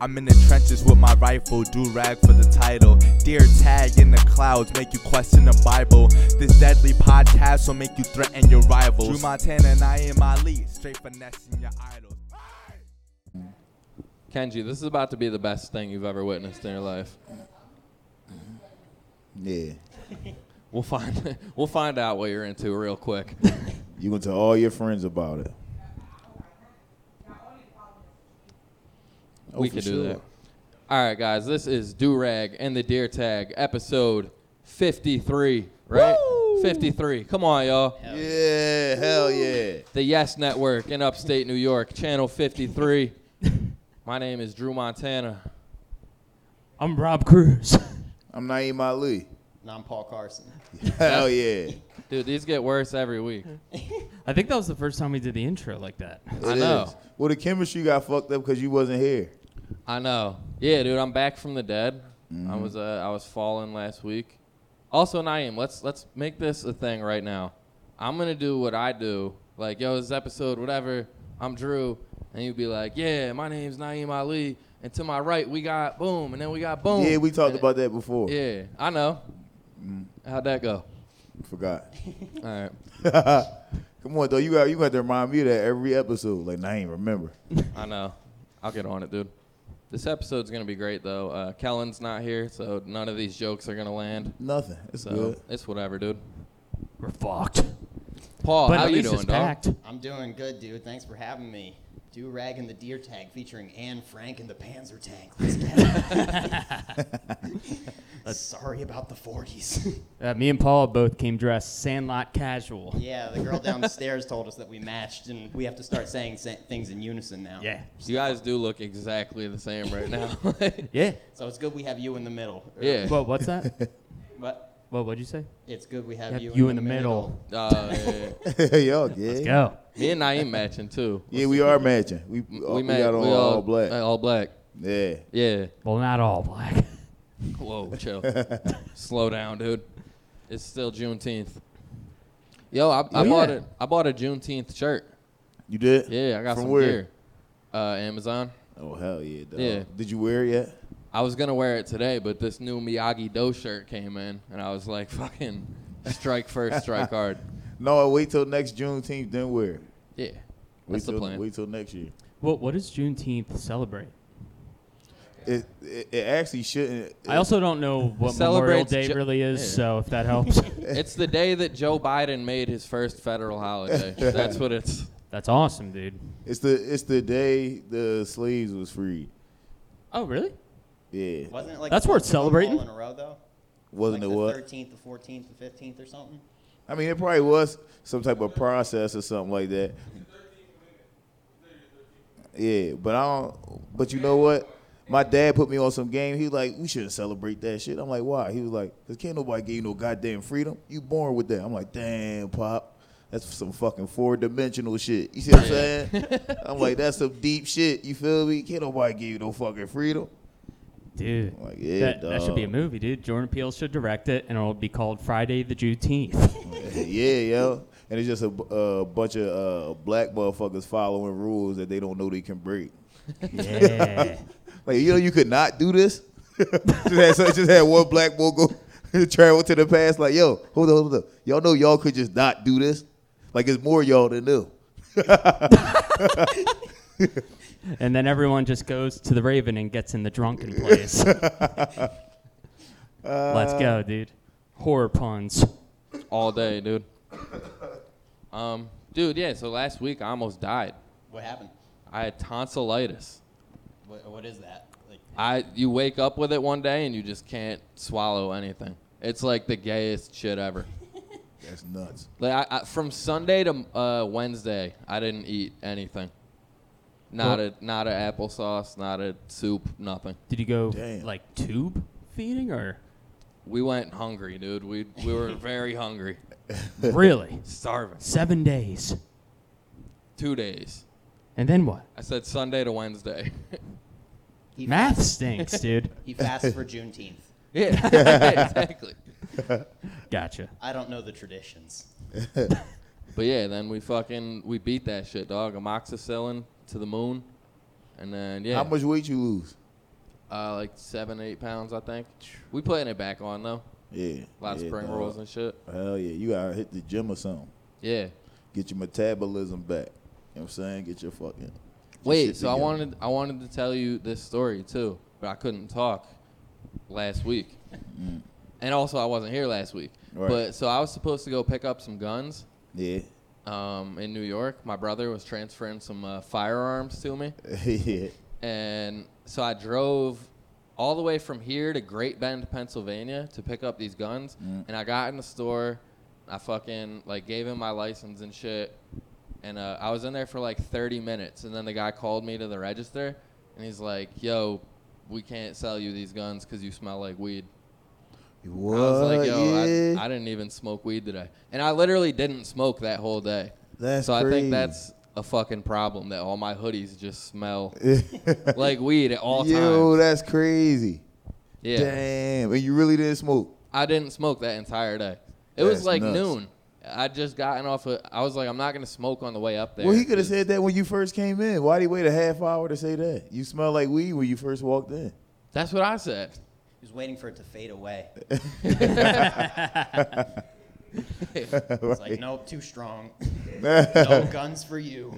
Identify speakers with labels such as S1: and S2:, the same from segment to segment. S1: I'm in the trenches with my rifle, do rag for the title. Dear tag in the clouds, make you question the Bible. This deadly podcast will make you threaten your rivals. Drew Montana and I in my lead, straight finessing your idols.
S2: Kenji, this is about to be the best thing you've ever witnessed in your life.
S3: Yeah.
S2: We'll find we'll find out what you're into real quick.
S3: You gonna tell all your friends about it. Oh,
S2: we
S3: for
S2: could do
S3: sure.
S2: that. All right, guys, this is Do Rag and the Deer Tag, episode 53, right? 53. Come on, y'all.
S3: Yeah, hell yeah.
S2: The Yes Network in upstate New York, channel 53. My name is Drew Montana.
S4: I'm Rob Cruz.
S3: I'm Naeem Ali.
S5: And I'm Paul Carson.
S3: Hell yeah.
S2: Dude, these get worse every week.
S4: I think that was the first time we did the intro like that.
S2: I
S3: It
S2: know.
S3: is. Well, the chemistry got fucked up because you wasn't here.
S2: I know. Yeah, dude, I'm back from the dead. I
S3: Mm-hmm.
S2: was uh, I was fallen last week. Also, Naeem, let's let's make this a thing right now. I'm gonna do what I do. Like, yo, this episode, whatever. I'm Drew, and you'd be like, yeah, my name's Naeem Ali, and to my right we got boom, and then we got boom.
S3: Yeah, we talked
S2: And-
S3: about that before.
S2: Oh.
S3: Mm-hmm.
S2: Yeah, I know. How'd that go?
S3: Forgot.
S2: All right.
S3: Come on, though. You got you got to remind me of that every episode. Like Naeem, remember.
S2: I know. I'll get on it, dude. This episode's gonna be great though. Uh, Kellen's not here, so none of these jokes are gonna land.
S3: Nothing. It's
S2: So
S3: good.
S2: it's whatever, dude.
S4: We're fucked.
S2: Paul,
S4: but
S2: Oh, how
S4: at
S2: you
S4: least
S2: doing,
S4: it's
S2: dog?
S4: packed.
S5: I'm doing good, dude. Thanks for having me. Do Rag and the Deer Tag featuring Anne Frank and the Panzer Tank. Let's get it. Sorry about the 40s.
S4: Uh, me and Paul both came dressed Sandlot casual.
S5: yeah, the girl downstairs told us that we matched, and we have to start saying sa- things in unison now.
S4: Yeah.
S2: You guys do look exactly the same right now.
S4: Yeah.
S5: So it's good we have you in the middle.
S2: yeah.
S4: Well, what's that?
S5: But
S4: well, what'd you say?
S5: it's good we have
S4: Have
S5: you,
S4: you
S5: in the middle.
S2: Uh, yeah.
S3: Y'all gay.
S4: Go.
S2: Me and Naeem matching too.
S3: Yeah, we are matching. We we, all, we
S2: match-
S3: got on all, black.
S2: uh, all black.
S3: yeah.
S2: Yeah.
S4: Well, not all black.
S2: Whoa, chill. Slow down, dude. It's still Juneteenth. Yo, I, I
S3: Oh,
S4: Yeah.
S2: bought it. I bought a Juneteenth shirt.
S3: You did?
S2: Yeah, I got
S3: From
S2: some
S3: where?
S2: gear. Uh, Amazon.
S3: Oh hell yeah, dog.
S2: Yeah.
S3: Did you wear it yet?
S2: I was gonna wear it today, but this new Miyagi Do shirt came in, and I was like, fucking strike first, strike hard.
S3: No, wait till next Juneteenth, then wear it.
S2: Yeah.
S3: Wait
S2: That's
S3: till
S2: the plan.
S3: wait till next year.
S4: What What does Juneteenth celebrate?
S3: It it, it actually shouldn't. It,
S4: I also don't know
S2: Uh,
S4: what Memorial
S2: Celebrates
S4: Day
S2: Ju-
S4: really is,
S2: yeah.
S4: so if that helps,
S2: It's the day that Joe Biden made his first federal holiday. That's what it's.
S4: that's awesome, dude.
S3: it's the it's the day the slaves was freed.
S4: Oh, really?
S3: Yeah.
S5: Wasn't it like
S4: That's worth
S5: two of them
S4: celebrating.
S5: all in a row though?
S3: Wasn't
S5: like
S3: it
S5: the
S3: what?
S5: 13th, the 14th, the 15th, or something.
S3: I mean, it probably was some type of process or something like that. Yeah, but I don't. But you know what? My dad put me on some game. He was like, we shouldn't celebrate that shit. I'm like, why? He was like, cause can't nobody give you no goddamn freedom. You born with that. I'm like, damn, pop. That's some fucking four dimensional shit. You see what I'm saying? I'm like, that's some deep shit. You feel me? Can't nobody give you no fucking freedom.
S4: Dude,
S2: Oh,
S3: Like, yeah,
S4: that, that should be a
S3: dog.
S4: movie, dude. Jordan Peele should direct it, and it'll be called Friday the Juneteenth.
S3: yeah, yo. And it's just a bu- uh, bunch of uh, black motherfuckers following rules that they don't know they can break.
S4: yeah.
S3: Like, you know, you could not do this. just, had, so- just had one black boy go travel to the past, like, yo, hold up, hold up. Y'all know y'all could just not do this. Like, it's more y'all than them.
S4: And then everyone just goes to the Raven and gets in the drunken place. Let's go, dude. Horror puns.
S2: all day, dude. Um, dude, yeah. So last week I almost died.
S5: What happened?
S2: I had tonsillitis.
S5: What, what is that? Like,
S2: I you wake up with it one day and you just can't swallow anything. It's like the gayest shit ever.
S3: That's nuts.
S2: Like I, I, from Sunday to uh, Wednesday, I didn't eat anything. Not
S4: Well-
S2: a not a applesauce, not a soup, nothing.
S4: Did you go
S3: Damn.
S4: like tube feeding or
S2: We went hungry, dude. We we were very hungry,
S4: really?
S2: starving.
S4: Seven days.
S2: Two days.
S4: And then what?
S2: I said Sunday to Wednesday.
S5: he
S4: Math stinks, dude.
S5: He fasts for Juneteenth.
S2: yeah, exactly.
S4: Gotcha.
S5: I don't know the traditions.
S2: But yeah, then we fucking we beat that shit, dog. Amoxicillin to the moon, and then yeah,
S3: How much weight you lose?
S2: uh, like seven, eight pounds, I think. We putting it back on though.
S3: Yeah.
S2: A lot of
S3: yeah,
S2: spring
S3: dog.
S2: rolls and shit.
S3: Hell yeah. You gotta hit the gym or something.
S2: Yeah.
S3: Get your metabolism back. You know what I'm saying? Get your fucking. your
S2: Wait,
S3: shit
S2: so I
S3: together.
S2: wanted I wanted to tell you this story too, but I couldn't talk last week, and also I wasn't here last week.
S3: Mm. Right.
S2: But so I was supposed to go pick up some guns
S3: Yeah.
S2: um, in New York. My brother was transferring some uh, firearms to me,
S3: yeah.
S2: and so I drove all the way from here to Great Bend, Pennsylvania, to pick up these guns.
S3: Mm.
S2: And I got in the store, I fucking like gave him my license and shit, and uh, I was in there for like 30 minutes, and then the guy called me to the register, and he's like, "Yo, we can't sell you these guns because you smell like weed."
S3: What?
S2: I was like, "Yo,
S3: yeah.
S2: I, I didn't even smoke weed today," and I literally didn't smoke that whole day.
S3: That's
S2: so I
S3: crazy.
S2: think that's a fucking problem that all my hoodies just smell like weed at all
S3: Yo,
S2: times.
S3: that's crazy.
S2: Yeah,
S3: Damn. And you really didn't smoke.
S2: I didn't smoke that entire day. It
S3: That's
S2: was like
S3: nuts.
S2: noon. I just gotten off. Of, I was like, I'm not gonna smoke on the way up there.
S3: Well, he could have
S2: 'cause-
S3: said that when you first came in. Why'd he wait a half hour to say that? You smell like weed when you first walked in.
S2: That's what I said.
S5: He was waiting for it to fade away. It's like, nope, too strong. no guns for you.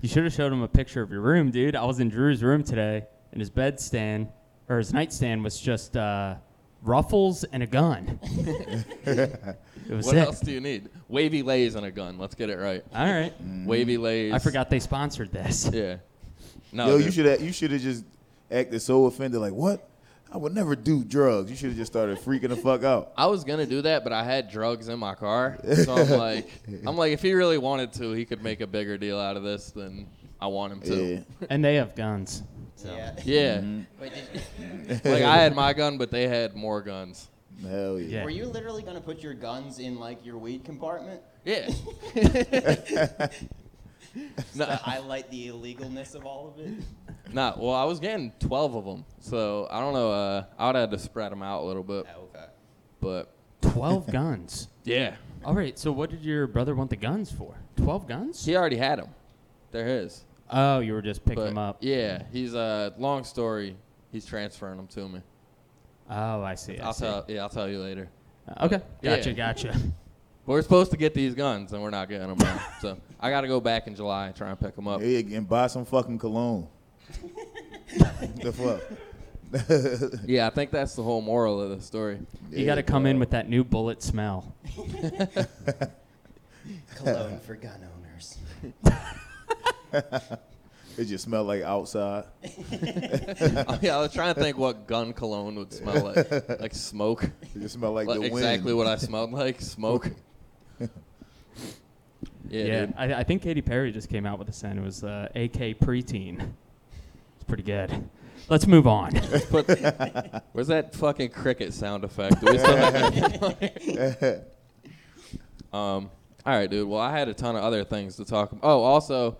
S4: You should have showed him a picture of your room, dude. I was in Drew's room today, and his bedstand or his nightstand was just uh, ruffles and a gun. it was
S2: What
S4: it.
S2: else do you need? Wavy lays on a gun. Let's get it right.
S4: All right.
S3: Mm.
S2: Wavy lays.
S4: I forgot they sponsored this.
S2: Yeah. No.
S3: Yo, you
S2: dude.
S3: should have you should have just acted so offended, like what? I would never do drugs. You should have just started freaking the fuck out.
S2: I was gonna do that, but I had drugs in my car, so I'm like, I'm like, if he really wanted to, he could make a bigger deal out of this than I want him
S3: Yeah. Mm-hmm.
S2: to.
S4: And they have guns. So.
S5: Yeah.
S2: Yeah,
S5: Wait, did,
S2: like I had my gun, but they had more guns.
S3: Hell yeah.
S4: Yeah.
S5: were you literally going to put your guns in, like, your weed compartment?
S2: Yeah,
S5: Just to highlight the illegalness of all of it?
S2: not well. I was getting 12 of them, so I don't know. Uh, I would have to spread them out a little bit,
S5: Oh, okay.
S2: but
S4: 12 guns.
S2: yeah,
S4: All right. So, what did your brother want the guns for? 12 guns?
S2: he already had them. They're his.
S4: Oh, you were just picking
S2: But
S4: them up.
S2: yeah, he's a uh, long story. He's transferring them to me.
S4: Oh, I see. I
S2: I'll
S4: see.
S2: tell. Yeah, I'll tell you later.
S4: Okay. Gotcha.
S2: Yeah.
S4: Gotcha.
S2: We're supposed to get these guns, and we're not getting them now. so I got to go back in July and try and pick them up.
S3: Hey, and buy some fucking cologne. the fuck?
S2: Yeah, I think that's the whole moral of the story.
S4: You got to come in with that new bullet smell.
S5: Cologne for gun owners.
S3: It just smelled like outside.
S2: I, mean, I was trying to think what gun cologne would smell like, like smoke.
S3: It just smelled like,
S2: Like
S3: the
S2: exactly what
S3: wind.
S2: I smelled like, smoke. Yeah,
S4: Yeah.
S2: dude.
S4: I, I think Katy Perry just came out with a scent. It was uh, AK preteen. It's pretty good. Let's move on.
S2: But where's that fucking cricket sound effect? Do we still have that? um, all right, dude. Well, I had a ton of other things to talk. about. Oh, also,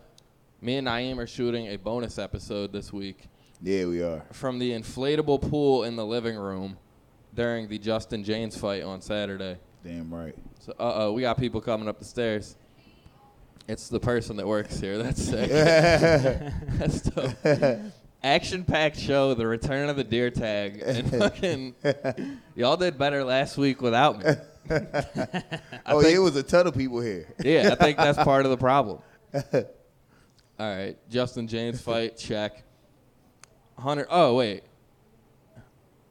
S2: me and Naeem are shooting a bonus episode this week.
S3: Yeah, we are.
S2: from the inflatable pool in the living room during the Justin James fight on Saturday.
S3: Damn right.
S2: So, uh oh, we got people coming up the stairs. It's the person that works here. That's
S3: Oh,
S2: sick. That's dope. Action packed show, the return of the deer tag. And fucking, y'all did better last week without me.
S3: oh
S2: think-
S3: yeah, it was a ton of people here.
S2: Yeah, I think that's part of the problem. All right, Justin James fight, check. Hunter, oh, wait.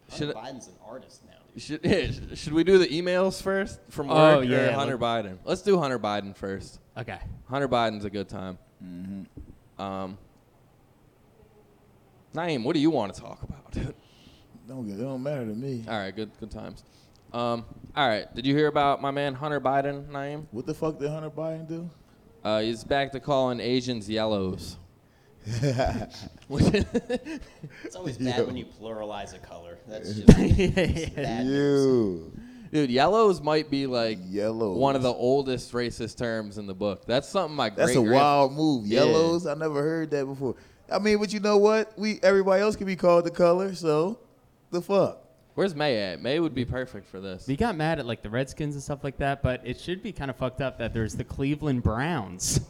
S5: Hunter
S2: Should,
S5: Biden's an artist now, dude.
S2: Should, yeah, sh- should we do the emails first from
S4: Oh,
S2: work or
S4: yeah,
S2: Hunter Biden? Let's do Hunter Biden first.
S4: okay.
S2: Hunter Biden's a good time.
S4: Mm-hmm.
S2: Um, Naeem, what do you want to talk about?
S3: Don't get, it don't matter to me.
S2: all right, good good times. Um, all right, did you hear about my man Hunter Biden, Naeem?
S3: What the fuck did Hunter Biden do?
S2: Uh, he's back to calling Asians yellows. Which
S5: It's always bad
S3: Yo.
S5: when you pluralize a color. That's just bad news.
S3: You
S2: Dude, yellows might be like
S3: yellows.
S2: one of the oldest racist terms in the book. That's something my
S3: That's
S2: great
S3: a wild move.
S2: Yeah.
S3: Yellows. I never heard that before. I mean, but you know what? We everybody else can be called the color. So, the fuck.
S2: Where's May at? May would be perfect for this.
S4: We got mad at like the Redskins and stuff like that, but it should be kind of fucked up that there's the Cleveland Browns.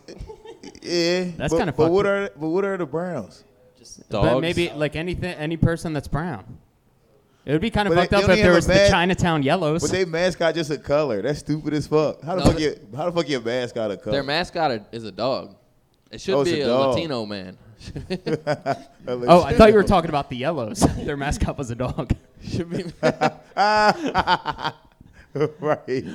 S3: Yeah.
S4: That's
S3: but-
S4: kinda
S3: But
S4: fucked
S3: what
S4: up.
S3: are but what are the Browns?
S5: Just
S2: Dogs.
S4: But maybe like anything, any person that's brown. It would be kind of
S3: But they-
S4: fucked
S3: they
S4: up
S3: only
S4: if
S3: have
S4: there
S3: a
S4: was the
S3: bad-
S4: Chinatown yellows.
S3: But they mascot just a color. That's stupid as fuck. How the
S2: No,
S3: fuck your how the fuck your mascot a color?
S2: Their mascot is a dog. It should
S3: Oh, it's
S2: be
S3: a
S2: a,
S3: dog.
S2: Latino man.
S4: oh, I thought you were talking about the yellows. Their mascot was a dog.
S2: should be.
S3: right.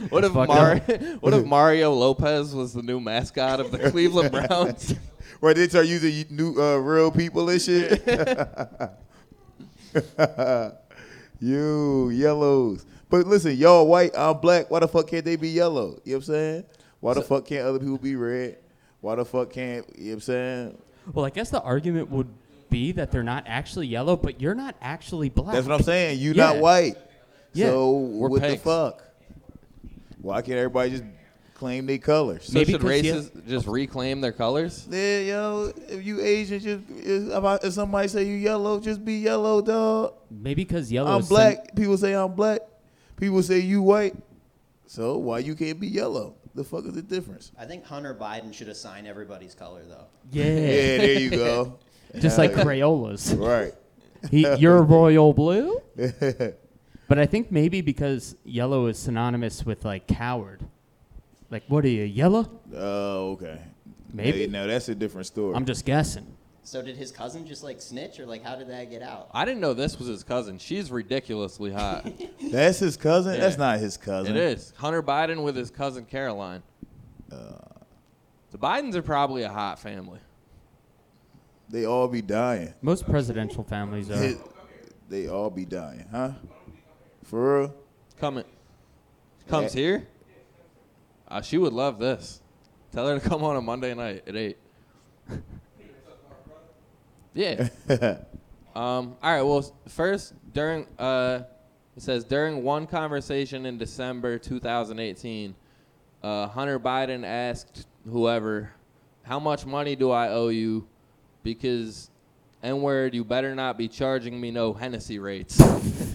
S2: What if
S4: Fuck
S2: Mar- What if Mario Lopez was the new mascot of the Cleveland Browns?
S3: Where they start using new uh, real people and shit. you yellows. But listen, y'all white, I'm black. Why the fuck can't they be yellow? You know what I'm saying? Why the fuck can't other people be red? Why the fuck can't you know what I'm saying?
S4: Well, I guess the argument would be that they're not actually yellow, but you're not actually black.
S3: That's what I'm saying. You
S4: Yeah.
S3: not white.
S4: Yeah.
S3: So
S2: We're
S3: what the
S2: pigs.
S3: fuck? Why can't everybody just claim their colors?
S2: so
S4: Maybe
S2: should
S4: 'cause he-
S2: races just reclaim their colors?
S3: Yeah, yo, if you Asian, just if, I- if somebody say you yellow, just be yellow, dog.
S4: Maybe because yellow.
S3: I'm
S4: is some-
S3: black. People say I'm black. People say you white. So why you can't be yellow? The fuck is the difference?
S5: I think Hunter Biden should assign everybody's color though.
S3: Yeah,
S4: yeah.
S3: there you go.
S4: Just like Crayolas.
S3: Right.
S4: He, you're royal blue. but I think maybe because yellow is synonymous with like coward. Like, what are you, yellow?
S3: Oh, okay.
S4: Maybe.
S3: Hey, now that's a different story.
S4: I'm just guessing.
S5: So did his cousin just like snitch or like how did that get out?
S2: I didn't know this was his cousin. She's ridiculously hot.
S3: that's his cousin.
S2: Yeah.
S3: That's not his cousin.
S2: it is Hunter Biden with his cousin Caroline. the Bidens are probably a hot family.
S3: They all be dying.
S4: Most presidential families are.
S3: His- they all be dying, huh? For real?
S2: Coming, comes
S3: Yeah.
S2: here. Uh, she would love this. Tell her to come on a Monday night at eight. yeah. Um, all right. Well, s- first during uh, it says during one conversation in December 2018, uh, Hunter Biden asked whoever, "How much money do I owe you?" Because N word, you better not be charging me no Hennessy rates.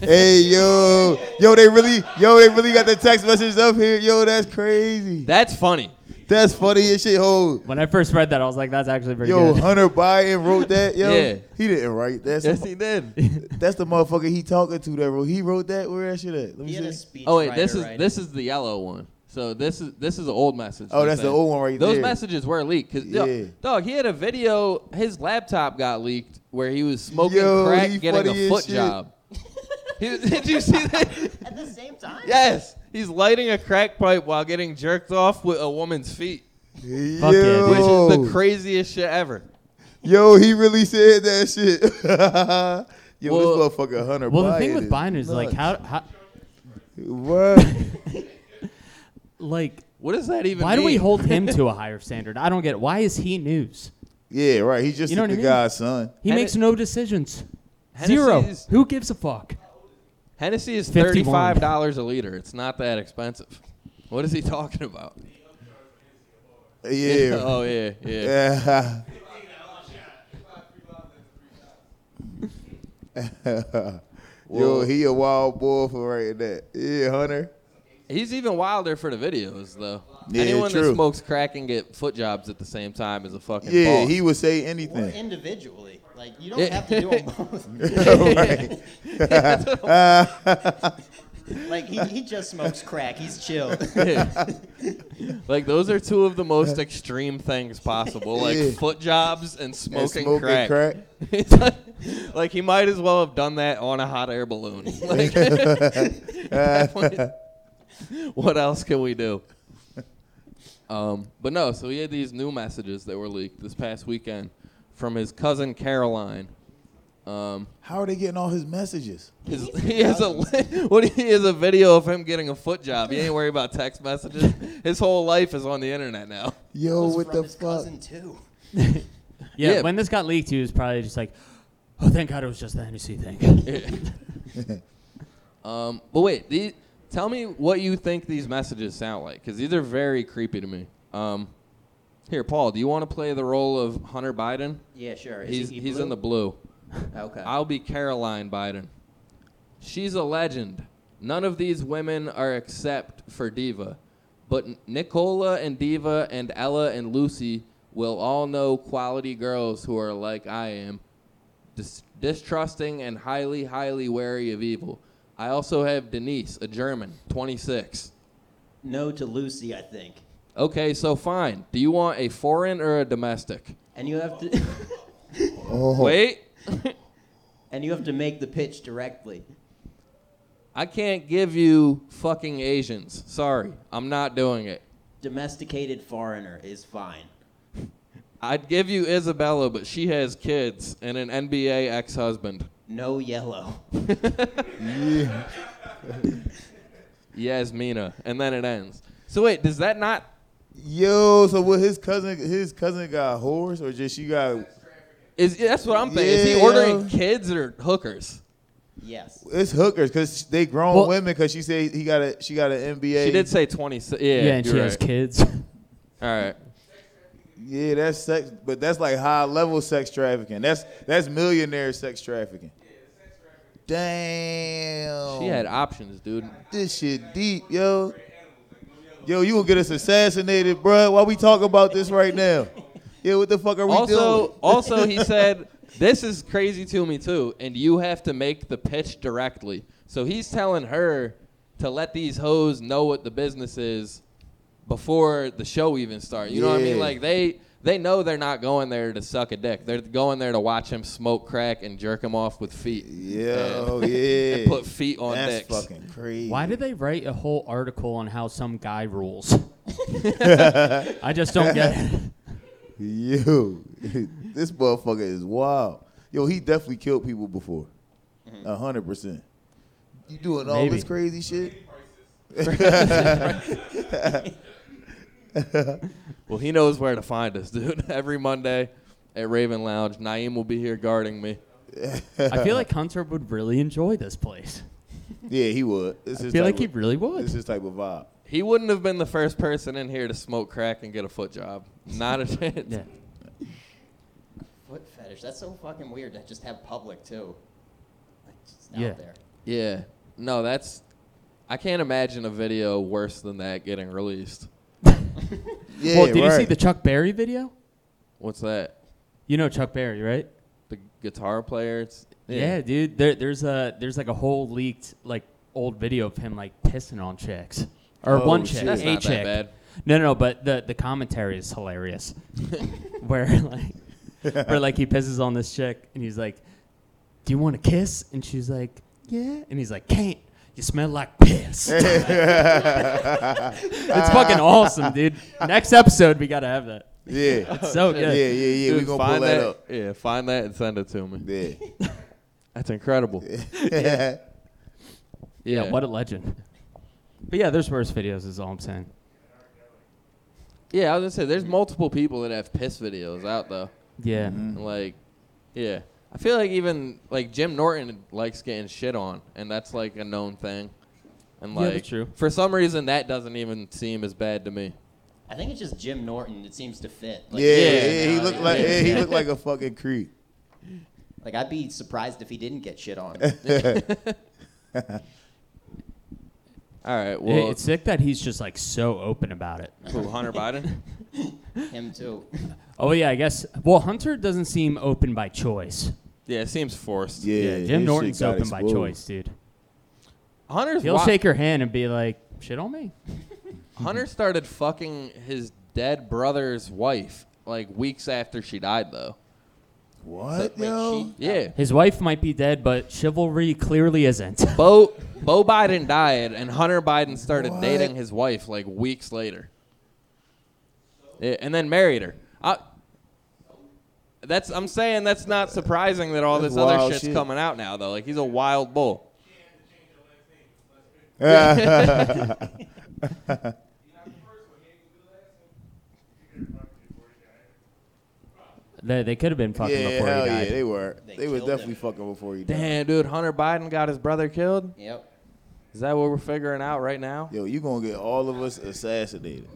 S3: hey yo, yo, they really, yo, they really got the text messages up here. Yo, that's crazy.
S2: That's funny.
S3: That's funny as shit. Hold.
S4: When I first read that, I was like, that's actually pretty
S3: Yo,
S4: good.
S3: Hunter Biden wrote that. Yo,
S2: Yeah.
S3: he didn't write that.
S2: Yes, he did.
S3: that's the motherfucker he talking to that wrote. He wrote that. Where that shit at? Let
S5: He had
S3: me
S5: a
S3: see.
S5: speech.
S2: oh wait, this
S5: writer
S2: is
S5: writing.
S2: this is the yellow one. So this is this is an old message.
S3: Oh,
S2: they're
S3: that's the
S2: saying.
S3: old one right
S2: Those
S3: there.
S2: messages were leaked. Cause, yo,
S3: Yeah.
S2: dog, he had a video. His laptop got leaked where he was smoking
S3: Yo,
S2: crack,
S3: he
S2: getting
S3: funny
S2: a
S3: as
S2: foot
S3: shit.
S2: job. He- did you see that?
S5: at the same time.
S2: Yes, he's lighting a crack pipe while getting jerked off with a woman's feet,
S4: Fuck yeah, dude.
S2: which
S3: yo,
S2: is the craziest shit ever.
S3: yo, he really said that shit. yo,
S2: Well-
S3: this motherfucker Hunter Biden.
S4: Well, the thing with
S3: is
S4: Biden is like,
S3: nuts.
S4: how, how,
S3: What?
S4: like,
S2: What does that even
S4: why do we
S2: mean?
S4: hold him to a higher standard? I don't get it. Why is he news?
S3: yeah, right. He just
S4: You know
S3: took
S4: what I
S3: the
S4: mean?
S3: guy's son.
S4: He
S2: Hennes-
S4: makes no decisions.
S2: Hennessy
S4: Zero.
S2: is-
S4: Who gives a fuck?
S2: Hennessy is
S4: 51.
S2: thirty-five dollars a liter. It's not that expensive. What is he talking about?
S3: Yeah.
S2: oh yeah, yeah.
S3: yeah. Yo,
S2: Whoa.
S3: he a wild boy for writing that. Yeah, Hunter.
S2: He's even wilder for the videos, though.
S3: Yeah,
S2: Anyone
S3: true.
S2: that smokes crack and get foot jobs at the same time is a fucking
S3: Yeah,
S2: boss.
S3: he would say
S5: Or
S3: anything.
S5: individually. Like you don't
S2: Yeah.
S5: have to do them both.
S3: right.
S5: like he, he just smokes crack. He's chill.
S2: like those are two of the most extreme things possible, like
S3: Yeah.
S2: foot jobs and
S3: And
S2: smoking,
S3: smoking
S2: crack.
S3: crack.
S2: It's like, like, he might as well have done that on a hot air balloon. Like, that one- what else can we do? Um, but no, so he had these new messages that were leaked this past weekend from his cousin Caroline. Um,
S3: How are they getting all his messages?
S2: His, he has a what he has a video of him getting a foot job. He ain't worried about text messages. His whole life is on the internet now.
S3: Yo,
S5: It's
S3: what
S5: from
S3: the
S5: his
S3: fuck?
S5: cousin too.
S4: Yeah,
S2: Yeah.
S4: when this got leaked, he was probably just like, oh, thank God it was just the Hennessy thing.
S2: Um, but wait, the, tell me what you think these messages sound like, because these are very creepy to me. Um, here, Paul, do you want to play the role of Hunter Biden?
S5: Yeah, sure. Is
S2: He's
S5: he
S2: he's
S5: blue?
S2: in the blue.
S5: Okay.
S2: I'll be Caroline Biden. She's a legend. None of these women are except for Diva. But N- Nicola and Diva and Ella and Lucy will all know quality girls who are like I am. dis- distrusting and highly, highly wary of evil. I also have Denise, a German, 26.
S5: No to Lucy, I think.
S2: Okay, so fine. Do you want a foreign or a domestic?
S5: And you have to
S3: Oh.
S2: Wait,
S5: and you have to make the pitch directly.
S2: I can't give you fucking Asians. Sorry, I'm not doing it.
S5: Domesticated foreigner is fine.
S2: I'd give you Isabella, but she has kids and an NBA ex husband.
S5: No yellow.
S2: Yasmina. And then it ends. So wait, does that not.
S3: Yo, so what? His cousin, his cousin got horse, or just she got?
S2: Is, that's what I'm thinking. is he
S3: Yeah,
S2: ordering
S3: yo.
S2: kids or hookers?
S5: Yes.
S3: It's hookers because they grown
S4: Well-
S3: women. Because she said he got a, she got an NBA.
S2: She did say 26. Yeah,
S4: Yeah, and
S2: you're
S4: she has
S2: right.
S4: kids.
S2: All right.
S3: Yeah, that's sex, but that's like high level sex trafficking. That's that's millionaire sex trafficking. Damn.
S2: She had options, dude.
S3: this shit deep, yo. Yo, you will get us assassinated, bruh. Why we talking about this right now? Yeah, what the fuck are we
S2: Also,
S3: doing?
S2: also he said, "This is crazy to me too." And you have to make the pitch directly. So he's telling her to let these hoes know what the business is before the show even starts. You know what I mean?
S3: Yeah.
S2: Like they they know they're not going there to suck a dick. They're going there to watch him smoke crack and jerk him off with feet.
S3: Yo,
S2: And-
S3: yeah.
S2: and put feet on
S3: That's
S2: dicks.
S3: fucking crazy.
S4: Why did they write a whole article on how some guy rules? I just don't get it.
S3: Yo, this motherfucker is wild. Yo, he definitely killed people before. A hundred percent. You doing all
S4: Maybe.
S3: this crazy shit?
S2: Well, he knows where to find us, dude. Every Monday at Raven Lounge, Naeem will be here guarding me.
S4: I feel like Hunter would really enjoy this place.
S3: Yeah, he would. It's
S4: I
S3: his
S4: feel
S3: type
S4: like he
S3: of-
S4: really
S3: It's
S4: would.
S3: his type of vibe.
S2: He wouldn't have been the first person in here to smoke crack and get a foot job. Not a chance.
S4: Yeah.
S5: Foot fetish. That's so fucking weird to just have public too. Like just out
S4: Yeah.
S5: there.
S2: Yeah. No, that's. I can't imagine a video worse than that getting released.
S3: Yeah,
S4: well, did you see
S3: right.
S4: the Chuck Berry video?
S2: What's that?
S4: You know Chuck Berry, right?
S2: The guitar player? It's,
S4: Yeah, dude. There, there's a there's like a whole leaked like old video of him like pissing on chicks or
S3: Oh,
S4: one
S3: shit.
S4: chick,
S2: That's
S4: a
S2: not that
S4: chick.
S2: bad.
S4: No, no, no, but the the commentary is hilarious, where like where like he pisses on this chick and he's like, "Do you want to kiss?" And she's like, "Yeah," and he's like, "Can't." You smell like piss. it's fucking awesome, dude. Next episode, we gotta have that.
S3: Yeah.
S4: So
S3: Yeah,
S4: good.
S3: yeah, yeah.
S2: Dude,
S3: we gonna pull
S2: find
S3: that, up.
S2: Yeah, find that and send it to me.
S3: Yeah.
S2: That's incredible. Yeah.
S4: Yeah, what a legend. But yeah, there's worse videos, is all I'm saying.
S2: Yeah, I was gonna say there's multiple people that have piss videos out though.
S4: Yeah.
S2: Like, yeah, I feel like even like Jim Norton likes getting shit on, and that's like a known thing. And
S4: Yeah,
S2: like,
S4: that's true.
S2: for some reason, that doesn't even seem as bad to me.
S5: I think it's just Jim Norton. It seems to fit.
S3: yeah, yeah,
S2: yeah,
S3: he
S5: now,
S3: looked
S5: yeah.
S3: like yeah, he looked like a fucking creep.
S5: Like I'd be surprised if he didn't get shit on.
S2: All right,
S4: It-
S2: well,
S4: it's sick that he's just like so open about it.
S2: who, Hunter Biden.
S5: Him too.
S4: Oh yeah, I guess. Well, Hunter doesn't seem open by choice.
S2: Yeah, it seems forced.
S3: Yeah, his
S4: Jim
S3: shit
S4: Norton's
S3: got
S4: open by
S3: exposed.
S4: choice, dude.
S2: Hunter's
S4: He'll
S2: wa-
S4: shake your hand and be like, "Shit on me."
S2: Hunter started fucking his dead brother's wife like weeks after she died, though.
S3: What?
S5: Wait,
S3: yo?
S5: she-
S2: Yeah.
S4: His wife might be dead, but chivalry clearly isn't.
S2: Bo Bo Biden died, and Hunter Biden started
S3: What?
S2: dating his wife like weeks later. Yeah, and then married her. I, that's I'm saying that's not surprising that all
S3: That's
S2: this other
S3: wild
S2: shit's
S3: shit.
S2: coming out now though. Like he's a wild bull.
S4: they, they could have been fucking
S3: yeah,
S4: before
S3: hell
S4: he died.
S3: yeah, they were. They,
S5: They
S3: was
S5: killed
S3: definitely
S5: him.
S3: fucking before he died.
S2: Damn, dude, Hunter Biden got his brother killed.
S5: Yep.
S2: Is that what we're figuring out right now?
S3: Yo, you gonna get all of us assassinated.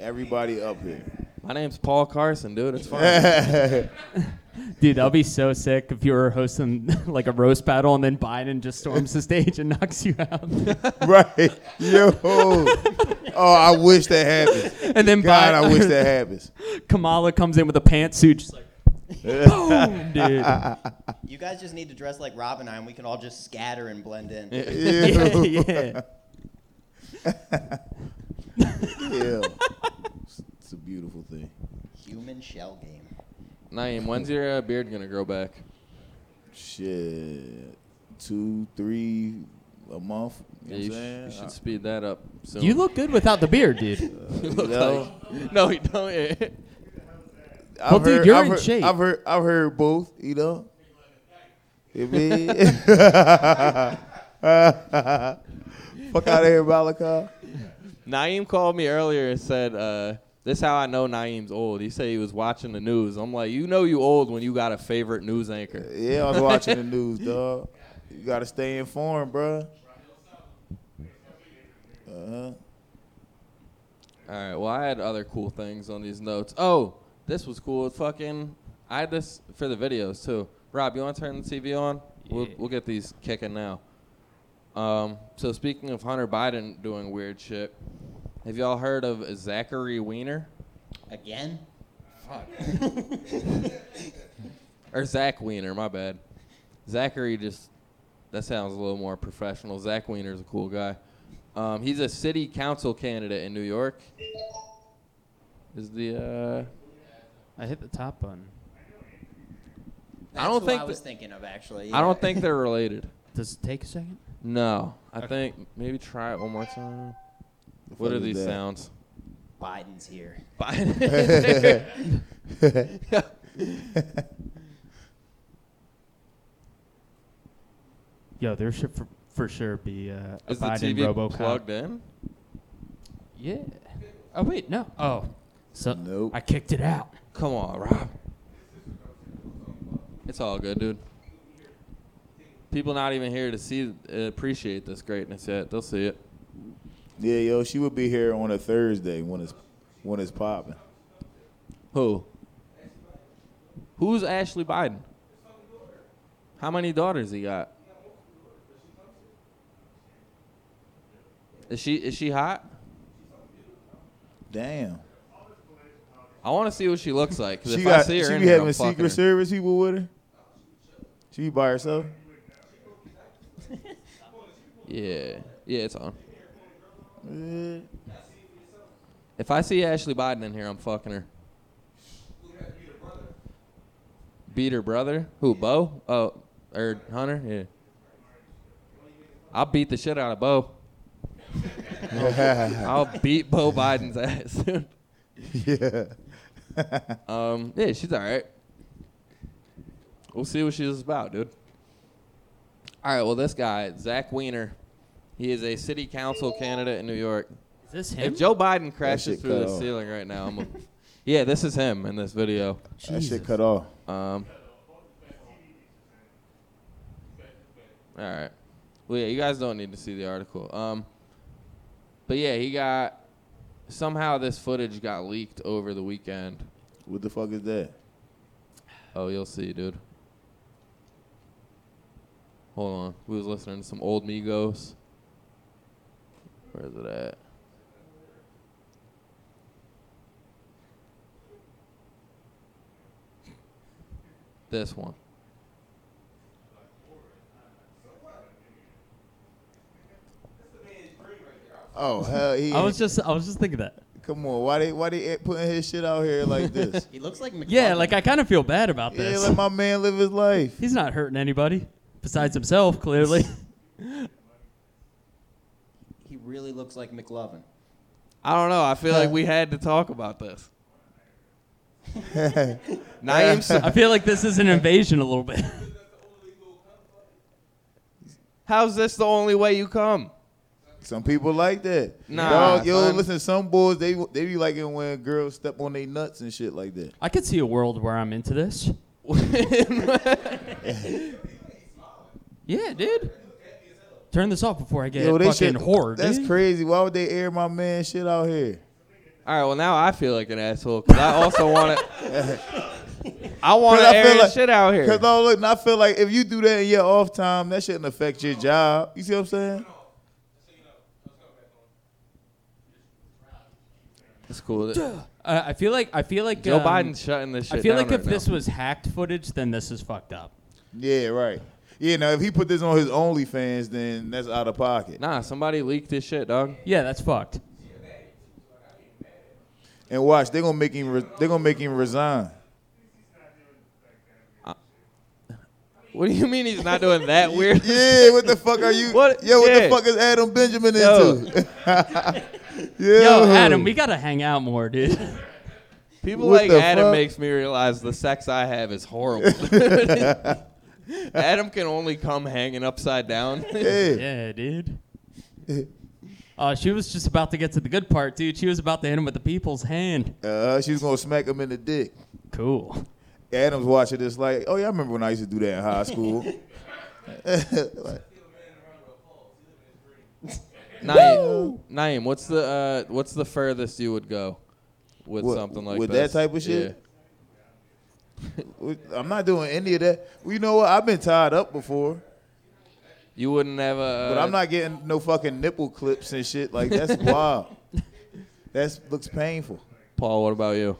S3: Everybody up here.
S2: My name's Paul Carson, dude. It's fine.
S4: Dude, that would be so sick if you were hosting like a roast battle and then Biden just storms the stage and knocks you out.
S3: right. Yo. Oh, I wish that happened.
S4: And then
S3: God,
S4: Biden,
S3: I wish that happens.
S4: Kamala comes in with a pantsuit, just like Boom, dude.
S5: You guys just need to dress like Rob and I, and we can all just scatter and blend in.
S4: yeah, yeah.
S3: Yeah. it's a beautiful thing.
S5: Human shell game.
S2: Naeem, when's your uh, beard gonna grow back?
S3: Shit. Two, three a month.
S2: Yeah,
S3: You,
S2: you,
S3: know what
S2: sh-
S3: I'm
S2: you
S3: saying?
S2: should speed that up. Soon.
S4: You look good without the beard, dude.
S2: You
S3: you know?
S2: like- no, you don't.
S3: I've
S4: Well, dude, you're
S3: I've
S4: in
S3: heard,
S4: shape.
S3: I've heard, I've heard both, you know. You mean? Fuck out of here, Malachi.
S2: Naeem called me earlier and said, uh, "This how I know Naeem's old." He said he was watching the news. I'm like, you know, you old when you got a favorite news anchor.
S3: Yeah, I was watching the news, dog. You gotta stay informed, bruh. Uh-huh.
S2: All right. Well, I had other cool things on these notes. Oh, this was cool. Fucking, I had this for the videos too. Rob, you want to turn the TV on? We'll
S4: Yeah.
S2: we'll get these kicking now. Um. So speaking of Hunter Biden doing weird shit, have y'all heard of Zachary Weiner
S5: Again? Fuck.
S2: or Zach Weiner? My bad. Zachary just that sounds a little more professional. Zach Weiner's a cool guy. Um, he's a city council candidate in New York. Is the uh,
S4: I hit the top button.
S5: That's
S2: don't
S5: who
S2: think
S5: I was
S2: that-
S5: thinking of actually.
S2: I
S5: yeah.
S2: don't think they're related.
S4: Does it take a second?
S2: No, I think maybe try it one more time. What
S3: fuck
S2: are
S3: is
S2: these
S3: that?
S2: sounds?
S5: Biden's here.
S2: Biden.
S4: Yo, there should for, for sure be uh, a
S2: Is the
S4: Biden
S2: TV
S4: RoboCop.
S2: plugged in?
S4: Yeah. Oh wait, no. Oh, so
S3: Nope.
S4: I kicked it out.
S2: Come on, Rob. It's all good, dude. People not even here to see uh, appreciate this greatness yet. They'll see it.
S3: Yeah, yo, she would be here on a Thursday when it's when it's popping.
S2: Who? Who's Ashley Biden? How many daughters he got? Is she is she hot?
S3: Damn.
S2: I want to see what she looks like. 'cause
S3: She
S2: if I
S3: got
S2: see
S3: she
S2: her in
S3: be
S2: here, I'm
S3: having
S2: fucking her.
S3: Secret Service people with her. She be by herself.
S2: Yeah, yeah, it's on.
S3: Yeah.
S2: If I see Ashley Biden in here, I'm fucking her. Beat her brother? Who? Bo? Oh, or Hunter? Yeah. I'll beat the shit out of Bo. I'll beat Bo Biden's ass. dude.
S3: yeah.
S2: um, yeah, she's all right. We'll see what she's about, dude. All right. Well, this guy, Zach Weiner, he is a city council candidate in New York.
S4: Is this him?
S2: If Joe Biden crashes
S3: shit
S2: through
S3: cut
S2: the
S3: off.
S2: ceiling right now, I'm a, yeah, this is him in this video.
S3: That
S4: Jesus.
S3: shit cut off.
S2: Um, all right. Well, yeah, you guys don't need to see the article. Um, but yeah, he got somehow this footage got leaked over the weekend.
S3: What the fuck is that?
S2: Oh, you'll see, dude. Hold on. We was listening to some old Migos. Where is it at? This one.
S3: Oh hell, he.
S4: I was just I was just thinking that.
S3: Come on, why they why they putting his shit out here like this?
S5: He looks like McLovin.
S4: Yeah, like I kind of feel bad about
S3: yeah,
S4: this.
S3: let my man live his life.
S4: He's not hurting anybody besides himself, clearly.
S5: he really looks like McLovin.
S2: I don't know. I feel like we had to talk about this. Naeem,
S4: I feel like this is an invasion a little bit.
S2: how's this the only way you come?
S3: Some people like that.
S2: Nah,
S3: Dog, yo,
S2: son.
S3: listen, some boys they they be liking when girls step on their nuts and shit like that.
S4: I could see a world where I'm into this. yeah, dude. Turn this off before I get
S3: yo, they
S4: fucking
S3: shit.
S4: horror,
S3: that's
S4: dude.
S3: crazy. Why would they air my man shit out here?
S2: All right, well now I feel like an asshole because I also want to. I want
S3: 'Cause I
S2: to air
S3: feel
S2: his
S3: like-
S2: shit out here.
S3: Cause no, look, I feel like if you do that in your off time, that shouldn't affect your job. You see what I'm saying?
S2: It's cool.
S4: Uh, I feel like I feel like
S2: Joe
S4: um,
S2: Biden's shutting this shit
S4: I feel
S2: down
S4: like
S2: right
S4: if this
S2: now.
S4: was hacked footage, then this is fucked up.
S3: Yeah, right. Yeah, now if he put this on his OnlyFans, then that's out of pocket.
S2: Nah, somebody leaked this shit, dog.
S4: Yeah, that's fucked.
S3: And watch, they're gonna make him. Re- they're gonna make him resign.
S2: What do you mean he's not doing that weird?
S3: Yeah, what the fuck are you?
S2: What-
S3: Yo, what
S2: yeah.
S3: the fuck is Adam Benjamin
S2: Yo.
S3: into?
S4: Yo, Adam, we gotta hang out more, dude.
S2: People
S3: What
S2: like
S3: the
S2: Adam
S3: fuck?
S2: makes me realize the sex I have is horrible. Adam can only come hanging upside down.
S3: Yeah.
S4: yeah, dude. Uh, she was just about to get to the good part, dude. She was about to hit him with the people's hand.
S3: Uh, she's gonna smack him in the dick.
S4: Cool.
S3: Adam's watching this like, oh yeah, I remember when I used to do that in high school. Like,
S2: Naeem, Naeem, what's the uh, what's the furthest you would go with
S3: What-
S2: something like
S3: with
S2: this?
S3: that type of shit? I'm not doing any of that. Well, you know what? I've been tied up before,
S2: You wouldn't uh, have a.
S3: but I'm not getting no fucking nipple clips and shit. Like that's wild. That looks painful.
S2: Paul, what about you?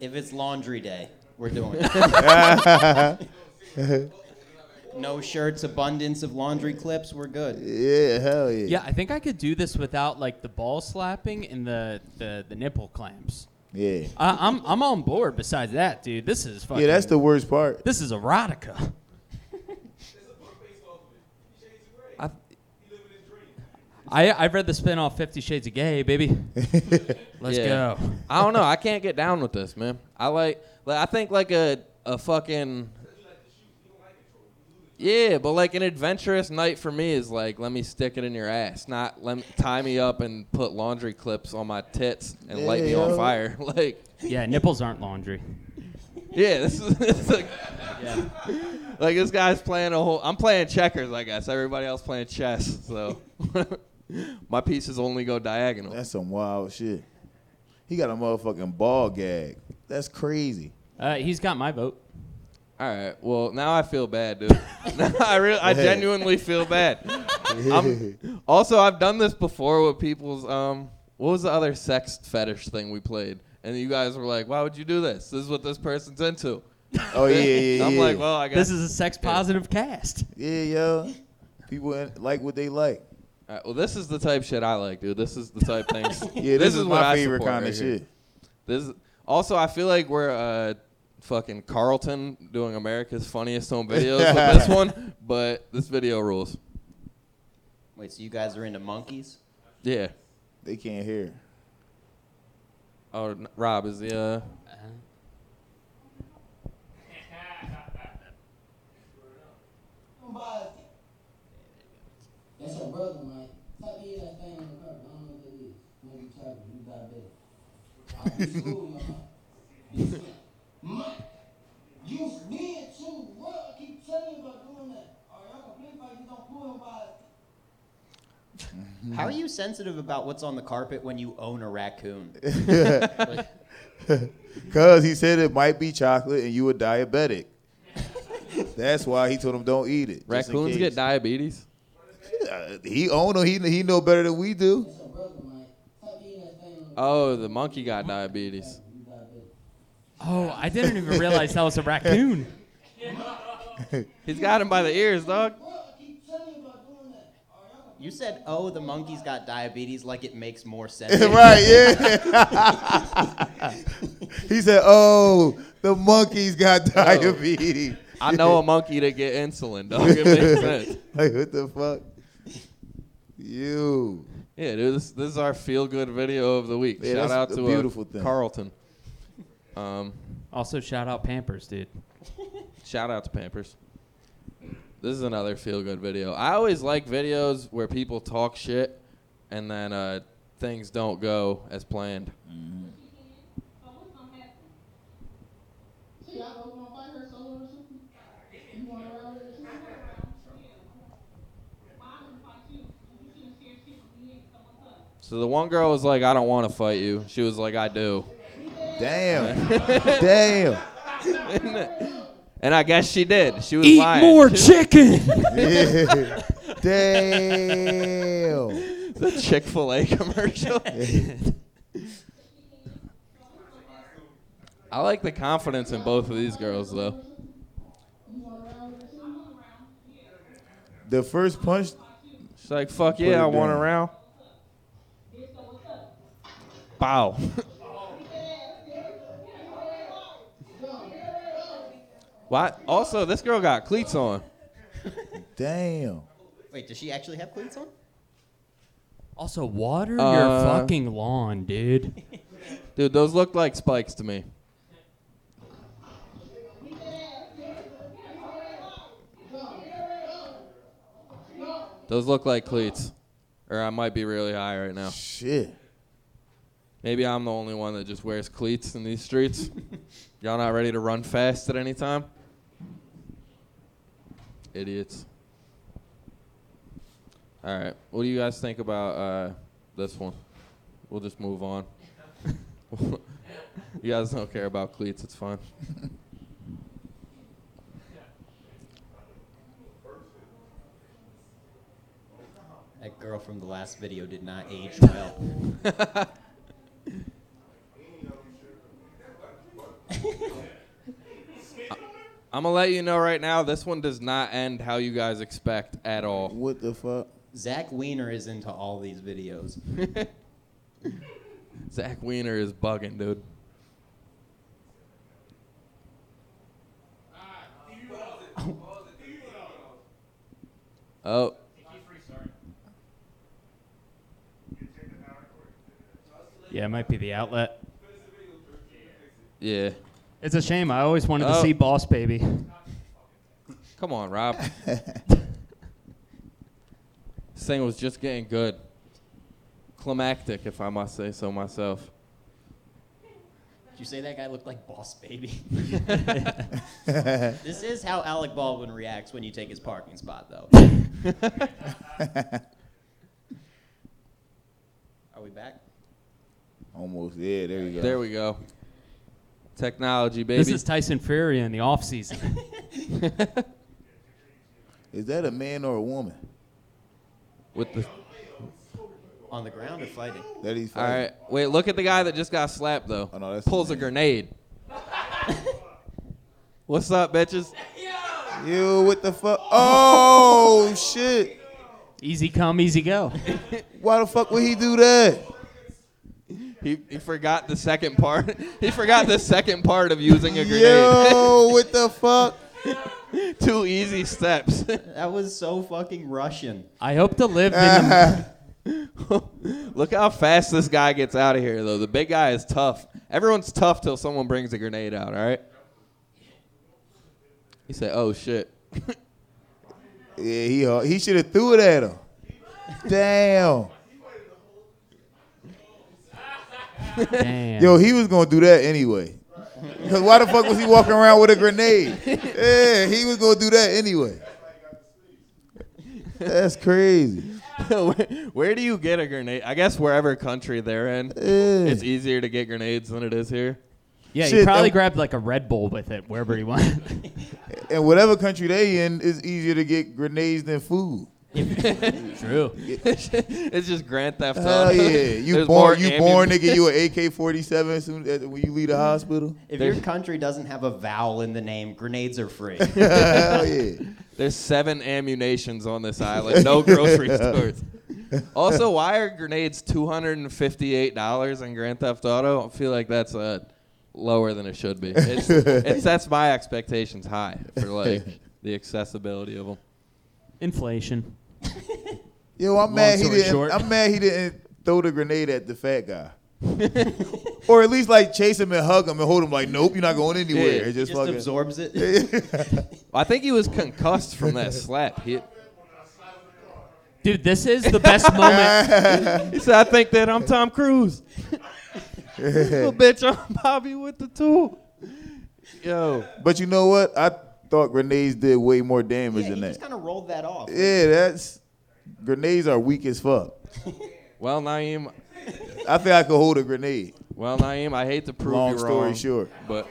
S5: If it's laundry day, we're doing it. no shirts, abundance of laundry clips, we're good.
S3: Yeah, hell yeah.
S4: Yeah, I think I could do this without like the ball slapping and the the, the nipple clamps.
S3: Yeah.
S4: I, I'm I'm on board. Besides that, dude, this is fucking.
S3: Yeah, that's the worst part.
S4: This is erotica.
S2: I,
S4: I I've read the spin-off Fifty Shades of Gay, baby. Let's
S2: Yeah.
S4: go.
S2: I don't know. I can't get down with this, man. I like, like I think like a a fucking. Yeah, but like an adventurous night for me is like let me stick it in your ass, not let me tie me up and put laundry clips on my tits and light me on
S3: Yeah.
S2: fire. like,
S4: Yeah, nipples aren't laundry.
S2: yeah, this is it's like, like this guy's playing a whole. I'm playing checkers, I guess. Everybody else playing chess, so my pieces only go diagonal.
S3: That's some wild shit. He got a motherfucking ball gag. That's crazy.
S4: Uh, he's got my vote.
S2: All right. Well, now I feel bad, dude. Now I really, I genuinely feel bad. I'm, also, I've done this before with people's um. What was the other sex fetish thing we played? And you guys were like, "Why would you do this? This is what this person's into."
S3: Oh yeah, yeah, yeah.
S2: I'm like, "Well, I guess."
S4: This is a sex positive cast.
S3: yeah, yo. People in- like what they like.
S2: All right, uh, well, this is the type shit I like, dude. This is the type things.
S3: Yeah, this, is,
S2: what
S3: my
S2: I
S3: favorite
S2: support
S3: kind
S2: right
S3: of
S2: here.
S3: shit.
S2: This is, also, I feel like we're uh, fucking Carlton doing America's funniest home videos with this one, but this video rules.
S5: Wait, so you guys are into monkeys?
S2: Yeah.
S3: They can't hear.
S2: Oh, n- Rob is the. Uh,
S6: That's your brother, Mike. Stop eating that thing in the car. I don't know what that is. Make you tired. You diabetic. I'll be school, Mike. Mike, you being too rough. I keep telling you about doing that. Or y'all gonna play fight. You don't pull him by his
S5: How are you sensitive about what's on the carpet when you own a raccoon?
S3: Cause he said it might be chocolate and you a diabetic. That's why he told him don't eat it. just in
S2: Raccoons get
S3: case.
S2: diabetes.
S3: Uh, He own him. He he know better than we do.
S6: That's your brother, Mike. Stop eating that thing in the car.
S2: Oh, the monkey got diabetes.
S6: You diabetic.
S4: Oh, I didn't even realize that was a raccoon.
S2: He's got him by the ears, dog.
S6: Bruh, I keep telling you about doing that. Or y'all gonna
S5: You said, oh, the monkey's got diabetes, like it makes more sense.
S3: right? Yeah. he said, "Oh, the monkeys got diabetes."
S2: Oh. I know a monkey to get insulin, dog. It makes sense.
S3: Like what the fuck? You.
S2: Yeah, dude, this, this is our feel good video of the week.
S3: Yeah,
S2: Shout out
S3: that's a
S2: to uh,
S3: beautiful thing.
S2: Carlton. Um,
S4: Also, shout out Pampers, dude.
S2: shout out to Pampers. This is another feel good video. I always like videos where people talk shit and then uh, things don't go as planned.
S7: So what's gonna happen?
S6: See, y'all go gonna fight her solo or something? You wanna ride with her or something?
S7: Mine like you. You shouldn't share shit with me and someone else.
S2: So the one girl was like, I don't want to fight you. She was like, I do.
S3: Damn. Damn.
S2: And I guess she did. She was
S4: Eat
S2: lying.
S4: more
S2: She-
S4: chicken.
S3: Yeah. Damn.
S2: the Chick Fil A commercial.
S7: So what's gonna happen?
S2: I like the confidence in both of these girls, though.
S3: The first punch,
S2: She's like, fuck
S3: it
S2: yeah, I want
S3: down.
S2: around. Bow. Why? Also, this girl got cleats on.
S3: damn.
S5: Wait, does she actually have cleats on?
S4: Also, water
S2: Uh,
S4: your fucking lawn, dude.
S2: Dude, those looked like spikes to me. Those look like cleats. Or I might be really high right now.
S3: Shit.
S2: Maybe I'm the only one that just wears cleats in these streets. Y'all not ready to run fast at any time? Idiots. All right. What do you guys think about uh, this one? We'll just move on. you guys don't care about cleats. It's fine.
S5: That girl from the last video did not age well.
S2: I'm going to let you know right now this one does not end how you guys expect at all.
S3: What the fuck?
S5: Zach Wiener is into all these videos.
S2: Zach Wiener is bugging, dude. Oh.
S4: Yeah, it might be the outlet.
S2: Yeah.
S4: It's a shame. I always wanted
S2: Oh.
S4: to see Boss Baby.
S2: Come on, Rob. this thing was just getting good. Climactic, if I must say so myself.
S5: Did you say that guy looked like Boss Baby? this is how Alec Baldwin reacts when you take his parking spot, though. Are we back?
S3: Almost. Yeah, there you go.
S2: There we go. Technology, baby.
S4: This is Tyson Fury in the offseason.
S3: Is that a man or a woman
S2: With the
S5: On the ground or fighting?
S3: that he's
S2: all
S3: fighting?
S2: right, wait. Look at the guy that just got slapped though.
S3: Oh, no, that's the
S2: Pulls a
S3: man.
S2: grenade. What's up, bitches?
S3: Yo, what the fuck? Oh shit!
S4: easy come, easy go.
S3: Why the fuck would he do that?
S2: He, he forgot the second part. he forgot the second part of using a grenade.
S3: Yo, what the fuck?
S2: Two easy steps.
S5: That was so fucking Russian.
S4: I hope to live in the.
S2: Look how fast this guy gets out of here, though. The big guy is tough. Everyone's tough till someone brings a grenade out. All right. He said, "Oh shit."
S3: Yeah, he hard. he should have threw it at him. Damn.
S4: Damn.
S3: Yo, he was gonna do that anyway. Cause why the fuck was he walking around with a grenade? Yeah, he was gonna do that anyway. That's crazy.
S2: where, where do you get a grenade? I guess wherever country they're in,
S3: Yeah.
S2: it's e- easier to get grenades than it is here.
S4: yeah, he
S3: shit,
S4: probably
S3: that-
S4: grabbed like a Red Bull with it wherever he went.
S3: And whatever country they in, it's easier to get grenades than food.
S4: True.
S2: it's just Grand Theft Auto.
S3: Hell yeah, you
S2: There's more
S3: born you born
S2: ammunition.
S3: nigga, you an AK forty seven soon as, when you leave the hospital.
S5: If
S2: There's-
S5: your country doesn't have a vowel in the name, grenades are free.
S3: Hell yeah,
S2: There's seven ammunitions on this island. No grocery stores. Also, why are grenades two hundred and fifty-eight dollars in Grand Theft Auto? I feel like that's uh, lower than it should be. It's, it sets my expectations high for like the accessibility of them.
S4: Inflation.
S3: yo, I'm mad he
S4: story
S3: didn't.
S4: short.
S3: I'm mad he didn't throw the grenade at the fat guy, or at least like chase him and hug him and hold him like, nope, you're not going anywhere.
S2: Yeah,
S3: It's just,
S5: Just
S3: fucking.
S5: absorbs it.
S2: I think he was concussed from that slap. He,
S4: Dude, this is the best moment.
S2: he said, "I think that I'm Tom Cruise." Little bitch, I'm Bobby with the tool. Yo,
S3: But you know what? I thought grenades did way more damage
S5: yeah,
S3: than
S5: he
S3: that.
S5: just kind of rolled that off.
S3: yeah, that's grenades are weak as fuck.
S2: well, Naeem,
S3: I think I could hold a grenade.
S2: well, Naeem, I hate to prove
S3: Long
S2: you
S3: story
S2: wrong.
S3: short,
S2: but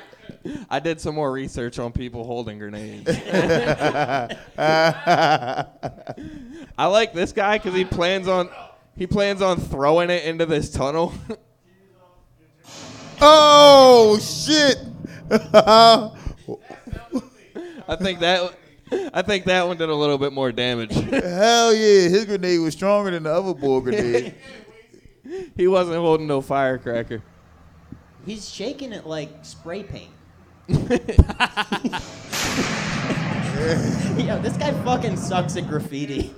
S2: I did some more research on people holding grenades. I like this guy because he plans on he plans on throwing it into this tunnel.
S3: Oh shit!
S2: I think that I think that one did a little bit more damage.
S3: Hell yeah, his grenade was stronger than the other bull grenade.
S2: he wasn't holding no firecracker.
S5: He's shaking it like spray paint. Yo, this guy fucking sucks at graffiti.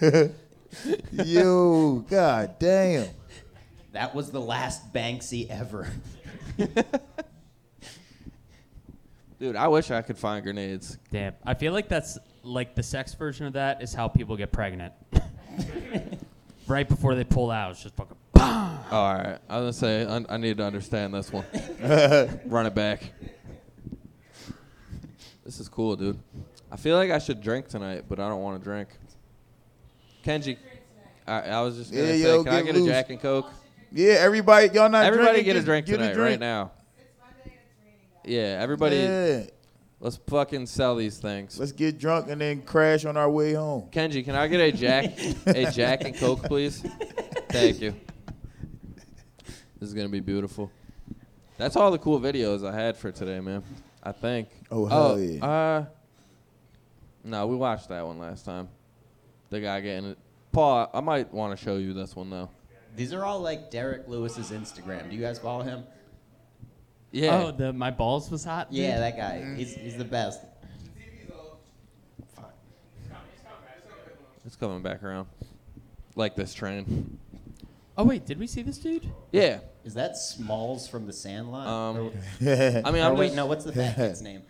S3: Yo. Yo, god damn.
S5: That was the last Banksy ever.
S2: Dude, I wish I could find grenades.
S4: Damn. I feel like that's like the sex version of that is how people get pregnant. right before they pull out, it's just fucking.
S2: All right, I was gonna say I, I need to understand this one. Run it back. This is cool, dude. I feel like I should drink tonight, but I don't want to drink. Kenji, I, I was just gonna
S3: Yeah,
S2: say,
S3: yo,
S2: can I
S3: get
S2: get
S3: loose.
S2: a Jack and Coke?
S3: Yeah, everybody, y'all not
S2: Everybody
S3: drinking,
S2: get a
S3: just
S2: drink
S3: get
S2: tonight,
S3: a drink.
S2: right now. Yeah, everybody,
S3: Yeah.
S2: let's fucking sell these things.
S3: Let's get drunk and then crash on our way home.
S2: Kenji, can I get a Jack, a Jack and Coke, please? Thank you. This is gonna be beautiful. That's all the cool videos I had for today, man. I think.
S3: Oh, hell yeah.
S2: Uh, no, we watched that one last time. The guy getting it. Paul, I might want to show you this one though.
S5: These are all like Derek Lewis's Instagram. Do you guys follow him?
S2: Yeah.
S4: Oh, the my balls was hot. dude?
S5: Yeah, that guy. He's, he's the best.
S2: It's coming back around. Like this train.
S4: Oh wait, did we see this dude?
S2: Yeah.
S5: Is that Smalls from The Sandlot?
S2: Um,
S3: yeah,
S2: I mean,
S5: or
S2: I'm
S5: wait,
S2: just,
S5: no, what's the fat kid's name?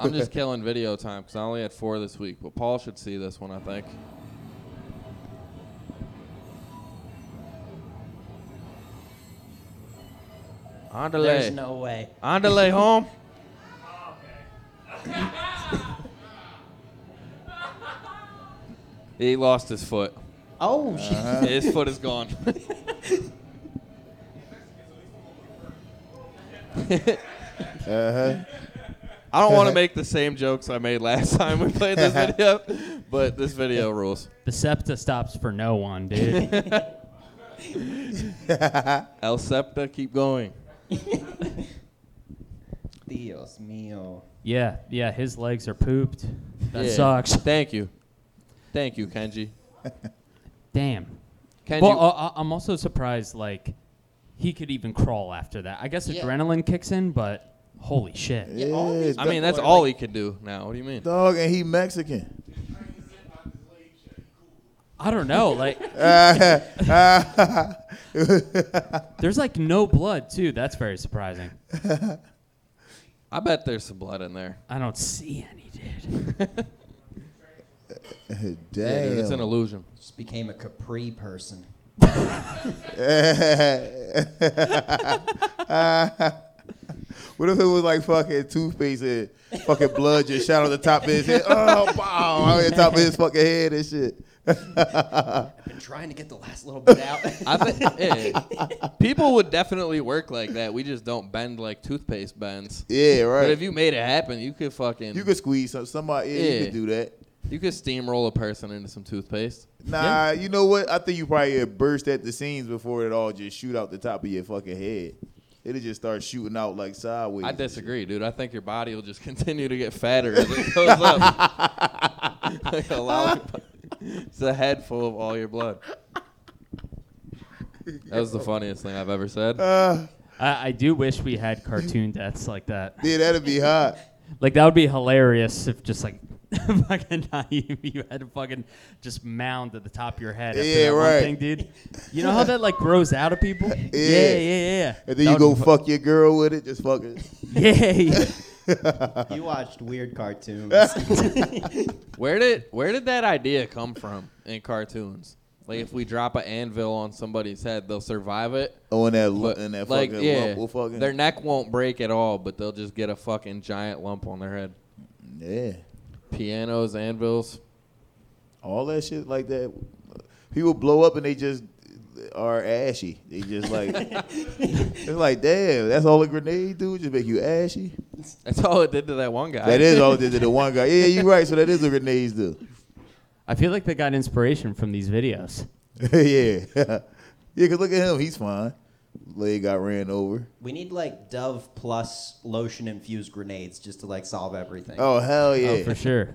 S2: I'm just killing video time because I only had four this week, but Paul should see this one, I think.
S5: There's
S2: Andale.
S5: no way.
S2: Andale home. he lost his foot.
S5: Oh, shit.
S2: His foot is gone.
S3: Uh-huh.
S2: I don't want to make the same jokes I made last time we played this video, but this video rules.
S4: The septa stops for no one, dude.
S2: El Septa, keep going.
S5: Dios mío.
S4: yeah, yeah, his legs are pooped. That
S2: Yeah.
S4: sucks.
S2: Thank you. Thank you, Kenji.
S4: Damn.
S2: Kenji.
S4: Well, uh, I- I- I'm also surprised like he could even crawl after that. I guess
S5: Yeah.
S4: adrenaline kicks in, but holy shit.
S5: Yeah, all these
S2: I mean, that's
S5: people are
S2: all
S5: like-
S2: he could do now. What do you mean?
S3: dog, and he Mexican.
S4: I don't know, like There's like no blood too. That's very surprising.
S2: I bet there's some blood in there.
S4: I don't see any, dude.
S3: Damn.
S2: Yeah, dude, it's an illusion.
S5: Just became a Capri person.
S3: what if it was like fucking toothpaste and fucking blood just shot on the top of his head? Oh, wow, on the top of his fucking head and shit.
S5: I've been trying to get the last little bit out.
S2: I think yeah. people would definitely work like that. We just don't bend like toothpaste bends.
S3: Yeah,
S2: But
S3: right.
S2: if you made it happen, you could fucking
S3: you could squeeze some, somebody, yeah, you
S2: Yeah.
S3: could do that.
S2: you could steamroll a person into some toothpaste.
S3: Nah, you know what? I think you probably had burst at the seams before it all just shoot out the top of your fucking head. It'll just start shooting out like sideways.
S2: I disagree, dude. I think your body will just continue to get fatter as it goes up. like a lollipop. It's a head full of all your blood. That was the funniest thing I've ever said.
S3: Uh,
S4: I, I do wish we had cartoon deaths like that.
S3: yeah, that'd be hot.
S4: Like that would be hilarious if just like fucking naive you had a fucking just mound at the top of your head. After
S3: Yeah,
S4: that
S3: right.
S4: One thing, dude. You know how that like grows out of people? Yeah, yeah, yeah.
S3: And then you go fuck your girl with it. Just fuck it.
S4: yeah. yeah.
S5: you watched weird cartoons.
S2: Where did where did that idea come from in cartoons? Like if we drop an anvil on somebody's head, they'll survive it.
S3: Oh, and that, lu-
S2: But,
S3: and that
S2: like,
S3: fucking
S2: yeah,
S3: lump will fucking.
S2: their neck won't break at all, but they'll just get a fucking giant lump on their head.
S3: yeah.
S2: Pianos, anvils.
S3: All that shit like that. People blow up and they just are ashy. They just like. it's like, damn, that's all a grenade do? Just make you ashy?
S2: That's all it did to that one guy.
S3: That is all it did to the one guy. Yeah, you're right. So that is a grenade do.
S4: I feel like they got inspiration from these videos.
S3: yeah. Yeah, cause look at him, he's fine. Leg got ran over.
S5: We need like Dove plus lotion infused grenades just to like solve everything.
S3: Oh hell yeah!
S4: Oh, for sure.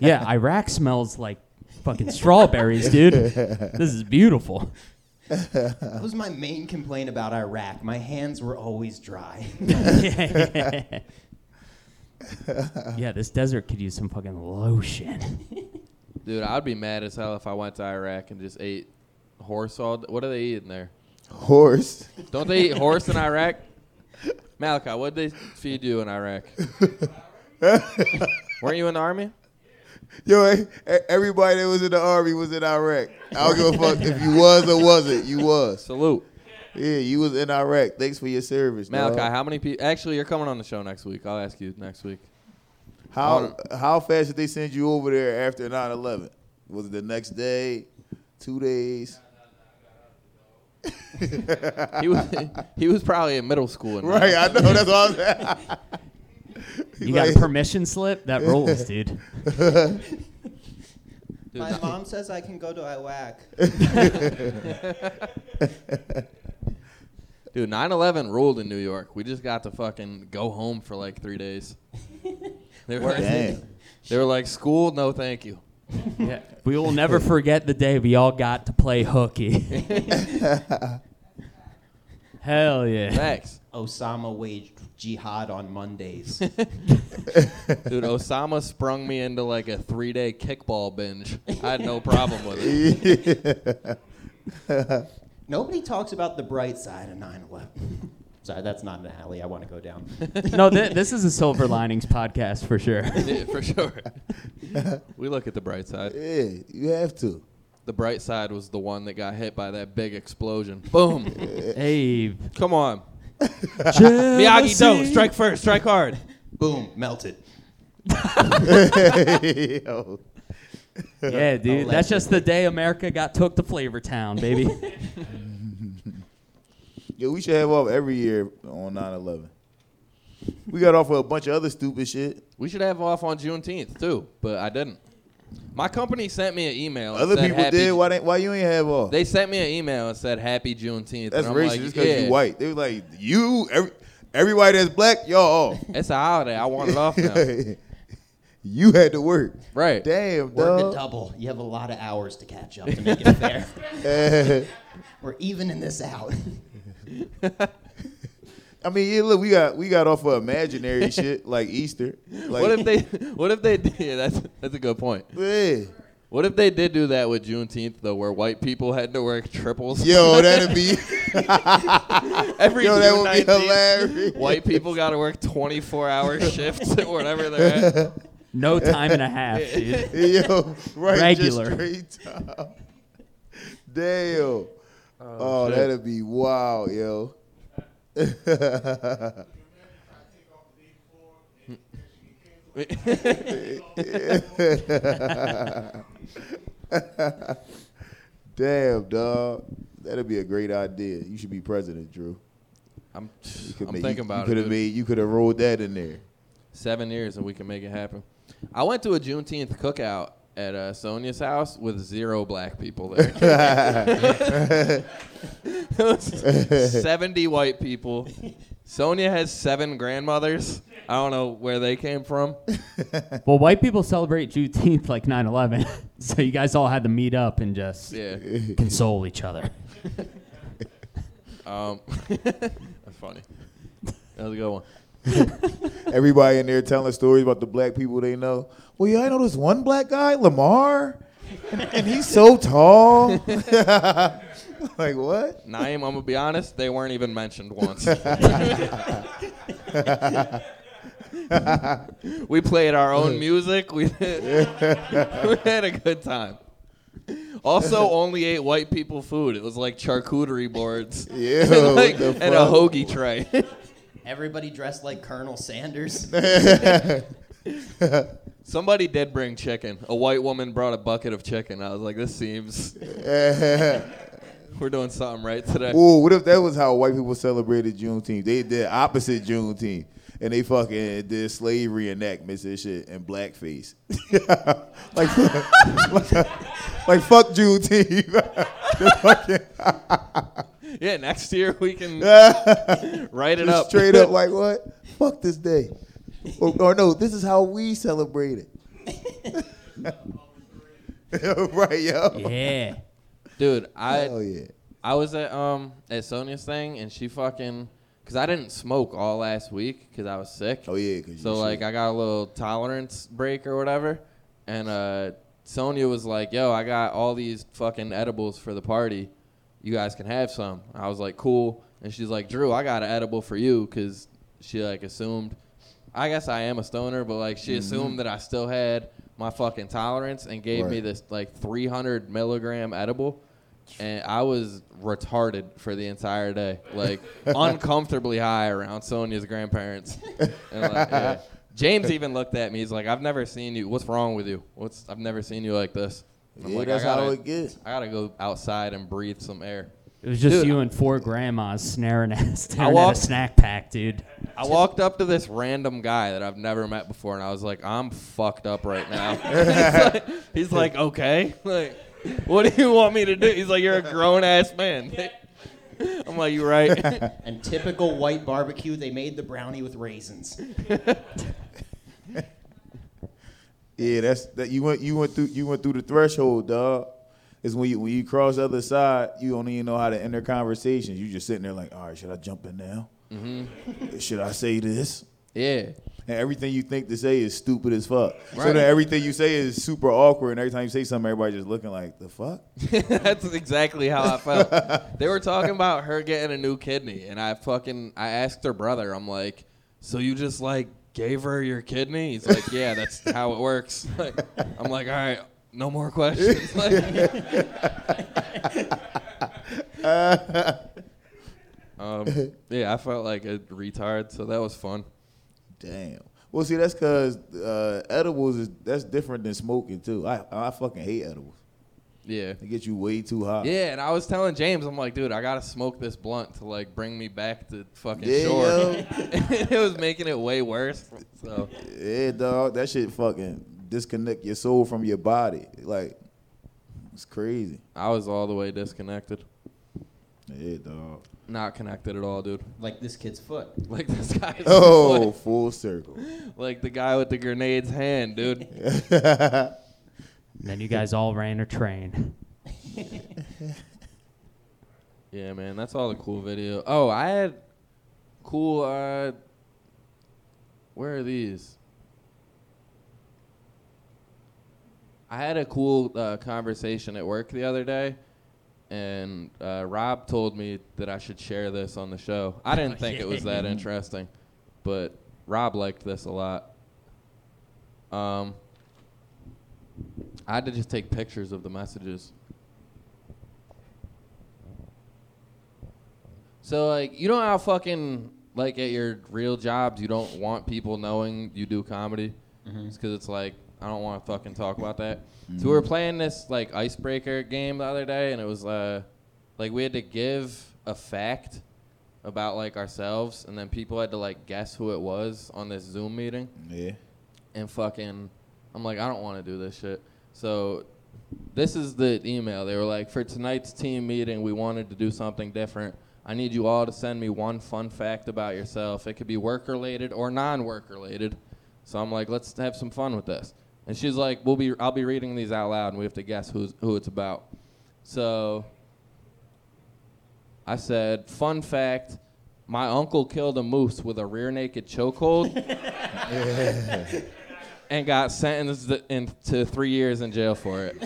S4: Yeah, Iraq smells like fucking strawberries, dude. This is beautiful.
S5: That was my main complaint about Iraq. My hands were always dry.
S4: yeah, this desert could use some fucking lotion.
S2: Dude, I'd be mad as hell if I went to Iraq and just ate horse all. What do they eat in there?
S3: Horse.
S2: Don't they eat horse in Iraq? Malachi, what would they feed you in Iraq? Weren't you in the army?
S3: Yo, e- e- everybody that was in the army was in Iraq. I don't give a fuck if you was or wasn't. You was.
S2: Salute.
S3: Yeah, you was in Iraq. Thanks for your service,
S2: Malachi,
S3: dog.
S2: how many people? Actually, you're coming on the show next week. I'll ask you next week.
S3: How how fast did they send you over there after 9/11? Was it the next day? Two days?
S2: He was he was probably in middle school. In
S3: Right. I know. That's what I'm saying.
S4: You got a
S3: Like-
S4: permission slip? That rules, dude.
S2: Dude,
S5: my mom says I can go to Iraq.
S2: Dude, 9/11 ruled in New York. We just got to fucking go home for like three days. They were,
S3: Damn.
S2: they were like, school, no, thank you.
S4: Yeah. We will never forget the day we all got to play hooky. Hell yeah.
S2: Thanks,
S5: Osama waged jihad on Mondays.
S2: dude. Osama sprung me into like a three-day kickball binge. I had no problem with it.
S5: Nobody talks about the bright side of 9 11. Sorry, that's not an alley I want to go down.
S4: No, th- this is a Silver Linings podcast for sure.
S2: Yeah, for sure. we look at the bright side.
S3: Yeah, you have to.
S2: The bright side was the one that got hit by that big explosion. Boom.
S4: Hey,
S2: Come on. Miyagi
S4: Miyagi
S2: Do, strike first, strike hard.
S5: Boom, melted.
S3: Yo.
S4: Yeah, dude. That's just the day America got took to Flavor Town, baby.
S3: Yeah, we should have off every year on 9/11. We got off for a bunch of other stupid shit.
S2: We should have off on Juneteenth too, but I didn't. My company sent me an email. and
S3: Other
S2: said
S3: people
S2: happy-
S3: did. Why didn't, why you ain't have off?
S2: They sent me an email and said happy Juneteenth.
S3: That's
S2: and I'm
S3: racist.
S2: like,
S3: just because
S2: yeah,
S3: you white. They was like, you, every, everybody that's black, y'all off.
S2: It's a holiday. I want it off now.
S3: you had to work.
S2: Right.
S3: Damn,
S5: Work a
S3: dog.
S5: double. You have a lot of hours to catch up to make it fair. We're evening this out.
S3: I mean, yeah, look, we got we got off of imaginary shit like Easter. Like,
S2: What if they? What if they did? that's that's a good point.
S3: Yeah.
S2: What if they did do that with Juneteenth though, where white people had to work triples?
S3: Yo, that'd be
S2: Every
S3: yo, that
S2: June
S3: would be
S2: 19th,
S3: hilarious.
S2: White people got to work 24-hour shifts or whatever they're at.
S4: No time and a half, dude.
S3: Yo, right,
S4: Regular.
S3: Just straight time. Damn. Oh, that'd be wild, yo. Damn, dog. That'd be a great idea. You should be president, Drew.
S2: I'm,
S3: You
S2: I'm
S3: make-
S2: thinking
S3: you,
S2: about
S3: you
S2: it.
S3: Could have
S2: dude.
S3: made. You could have rolled that in there.
S2: seven years and we can make it happen. I went to a Juneteenth cookout at uh, Sonia's house with zero black people there. It was 70 white people. Sonia has seven grandmothers. I don't know where they came from.
S4: Well, white people celebrate Juneteenth like 9 11. So you guys all had to meet up and just
S2: Yeah.
S4: console each other.
S2: Um, that's funny. That was a good one.
S3: Everybody in there telling stories about the black people they know. Well, yeah, I know this one black guy, Lamar, and, and he's so tall. like what?
S2: Naeem, I'm going to be honest, they weren't even mentioned once. we played our own music. We, we had a good time. Also, only ate white people food. It was like charcuterie boards
S3: Yeah,
S2: and, like-
S3: what the
S2: and a
S3: fuck?
S2: hoagie tray.
S5: Everybody dressed like Colonel Sanders.
S2: Somebody did bring chicken. A white woman brought a bucket of chicken. I was like, this seems. We're doing something right today.
S3: Ooh, what if that was how white people celebrated Juneteenth? They did opposite Juneteenth. and they fucking did slave reenactments and shit in blackface. like, fuck- like, like fuck Juneteenth. The fucking-
S2: Yeah, next year we can write it
S3: Just
S2: up.
S3: straight up like what? Fuck this day. Or, or no, this is how we celebrate it. right, yo.
S4: Yeah.
S2: Dude, I
S3: Hell yeah.
S2: I was at um at Sonia's thing and she fucking cuz I didn't smoke all last week cuz I was sick.
S3: Oh yeah, 'cause you
S2: So
S3: shit.
S2: like I got a little tolerance break or whatever and uh Sonia was like, "Yo, I got all these fucking edibles for the party. You guys can have some." I was like, "Cool." And she's like, "Drew, I got an edible for you cuz she like assumed I guess I am a stoner, but like
S3: Mm-hmm.
S2: she assumed that I still had my fucking tolerance and gave me
S3: Right.
S2: this like 300 milligram edible, and I was retarded for the entire day, like uncomfortably high around Sonia's grandparents. And, like, yeah. James even looked at me. He's like, "I've never seen you. What's wrong with you? What's I've never seen you like this." And I'm
S3: Yeah,
S2: like,
S3: that's
S2: I gotta,
S3: how it gets.
S2: I gotta go outside and breathe some air.
S4: It was just
S2: Dude,
S4: you and four grandmas snaring at, staring
S2: walked-
S4: at a snack pack, dude.
S2: I walked up to this random guy that I've never met before, and I was like, "I'm fucked up right now." he's, like, he's like, "Okay, like, what do you want me to do?" He's like, "You're a grown ass man." I'm like, "You right?"
S5: And typical white barbecue, they made the brownie with raisins.
S3: Yeah, that's that you went you went through you went through the threshold, dog. It's when you when you cross the other side, you don't even know how to enter conversations. You just sitting there like, all right, should I jump in now?
S2: Mm-hmm.
S3: Should I say this?
S2: yeah,
S3: And everything you think to say is stupid as fuck. So
S2: Right.
S3: then everything you say is super awkward, and every time you say something, everybody just looking like, the fuck?
S2: that's exactly how I felt. they were talking about her getting a new kidney, and I fucking I asked her brother. I'm like, "So you just like gave her your kidney?" He's like, "Yeah, that's how it works." Like, I'm like, "All right." No more questions. Like, um, yeah, I felt like a retard, so that was fun.
S3: Damn. Well, see, that's because uh, edibles is that's different than smoking too. I I fucking hate edibles.
S2: Yeah.
S3: They get you way too high.
S2: Yeah, and I was telling James, I'm like, dude, I gotta smoke this blunt to like bring me back to fucking
S3: Yeah,
S2: shore.
S3: yo.
S2: it was making it way worse. So
S3: Yeah, dog. That shit fucking disconnect your soul from your body. Like, it's crazy.
S2: I was all the way disconnected,
S3: Yeah, dog.
S2: not connected at all, dude.
S5: Like this kid's foot.
S2: Like this guy.
S3: Oh, full circle.
S2: Like, like the guy with the grenade's hand, dude.
S4: And then you guys all ran a train.
S2: Yeah, man, that's all the cool video. Oh, I had cool. uh Where are these? I had a cool uh, conversation at work the other day, and uh, Rob told me that I should share this on the show. I didn't think it was that interesting, but Rob liked this a lot. Um, I had to just take pictures of the messages. So like, you know how fucking like at your real jobs, you don't want people knowing you do comedy, It's 'cause it's like I don't want to fucking talk about that. So we were playing this like icebreaker game the other day, and it was uh, like we had to give a fact about like ourselves, and then people had to like guess who it was on this Zoom meeting
S3: Yeah.
S2: and fucking I'm like, I don't want to do this shit. So this is the email. They were like, for tonight's team meeting, we wanted to do something different. I need you all to send me one fun fact about yourself. It could be work related or non work related. So I'm like, let's have some fun with this. And she's like, we'll be I'll be reading these out loud and we have to guess who's who it's about. So I said, fun fact, my uncle killed a moose with a rear naked chokehold and got sentenced th- in, to three years in jail for it.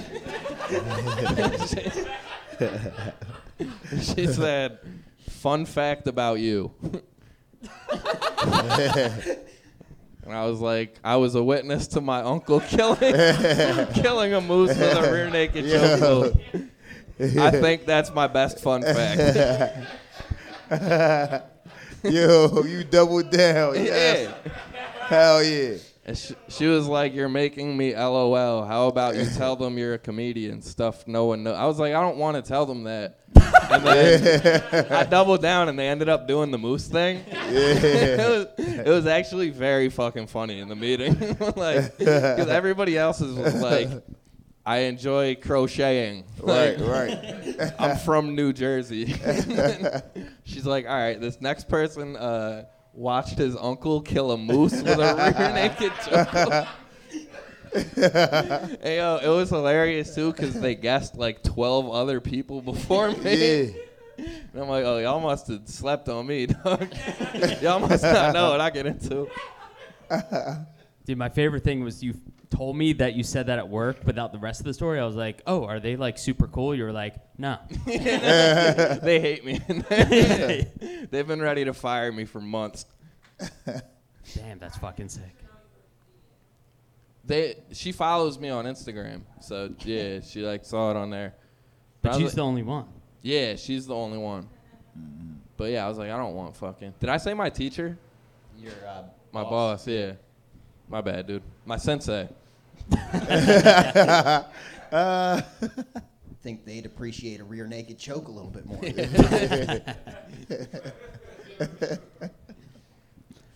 S2: she, she said, "Fun fact about you." and I was like, I was a witness to my uncle killing killing a moose with a rear naked chokehold. I think that's my best fun fact.
S3: Yo, you double down. Yes.
S2: yeah.
S3: Hell yeah.
S2: And she, she was like, "You're making me LOL. How about you tell them you're a comedian? Stuff no one knows." I was like, "I don't want to tell them that." And then I doubled down, and they ended up doing the moose thing. it, was, it was actually very fucking funny in the meeting, like because everybody else's was like, "I enjoy crocheting."
S3: Right,
S2: Like,
S3: right.
S2: I'm from New Jersey. She's like, all right, this next person uh, watched his uncle kill a moose with a rear naked choke. hey, yo, it was hilarious too because they guessed like 12 other people before me.
S3: Yeah.
S2: And I'm like, oh, y'all must have slept on me, dog. y'all must not know what I get into.
S4: Dude, my favorite thing was you told me that you said that at work without the rest of the story. I was like, oh, are they like super cool? You were like, no.
S2: they hate me. They've been ready to fire me for months.
S4: Damn, that's fucking sick.
S2: They she follows me on Instagram, so yeah, she like saw it on there.
S4: But
S2: Probably-
S4: she's the only one.
S2: yeah, she's the only one. But yeah, I was like, I don't want fucking. Did I say my teacher?
S5: Your uh,
S2: My boss, yeah. My bad, dude. My sensei.
S5: Think they'd appreciate a rear naked choke a little bit more.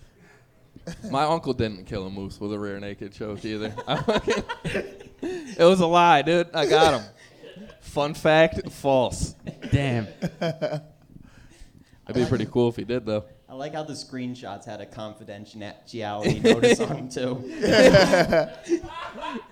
S2: My uncle didn't kill a moose with a rear naked choke either. I fucking- it was a lie, dude. I got him. Fun fact, false.
S4: Damn.
S2: It'd be pretty cool if he did though.
S5: I like how the screenshots had a confidentiality notice on them too.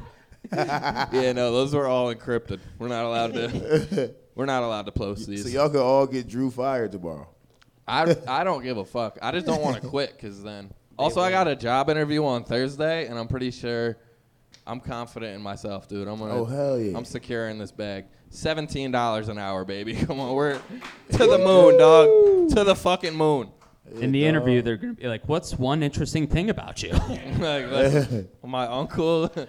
S2: Yeah, no, those were all encrypted. We're not allowed to. We're not allowed to post these.
S3: So y'all could all get Drew fired tomorrow.
S2: I, I don't give a fuck. I just don't want to quit because then. Also, I got a job interview on Thursday, and I'm pretty sure I'm confident in myself, dude. I'm gonna,
S3: Oh, hell yeah.
S2: I'm securing this bag. Seventeen dollars an hour, baby. Come on, we're to the moon, dog. To the fucking moon.
S4: In the interview, they're going to be like, what's one interesting thing about you?
S2: like, listen, my uncle.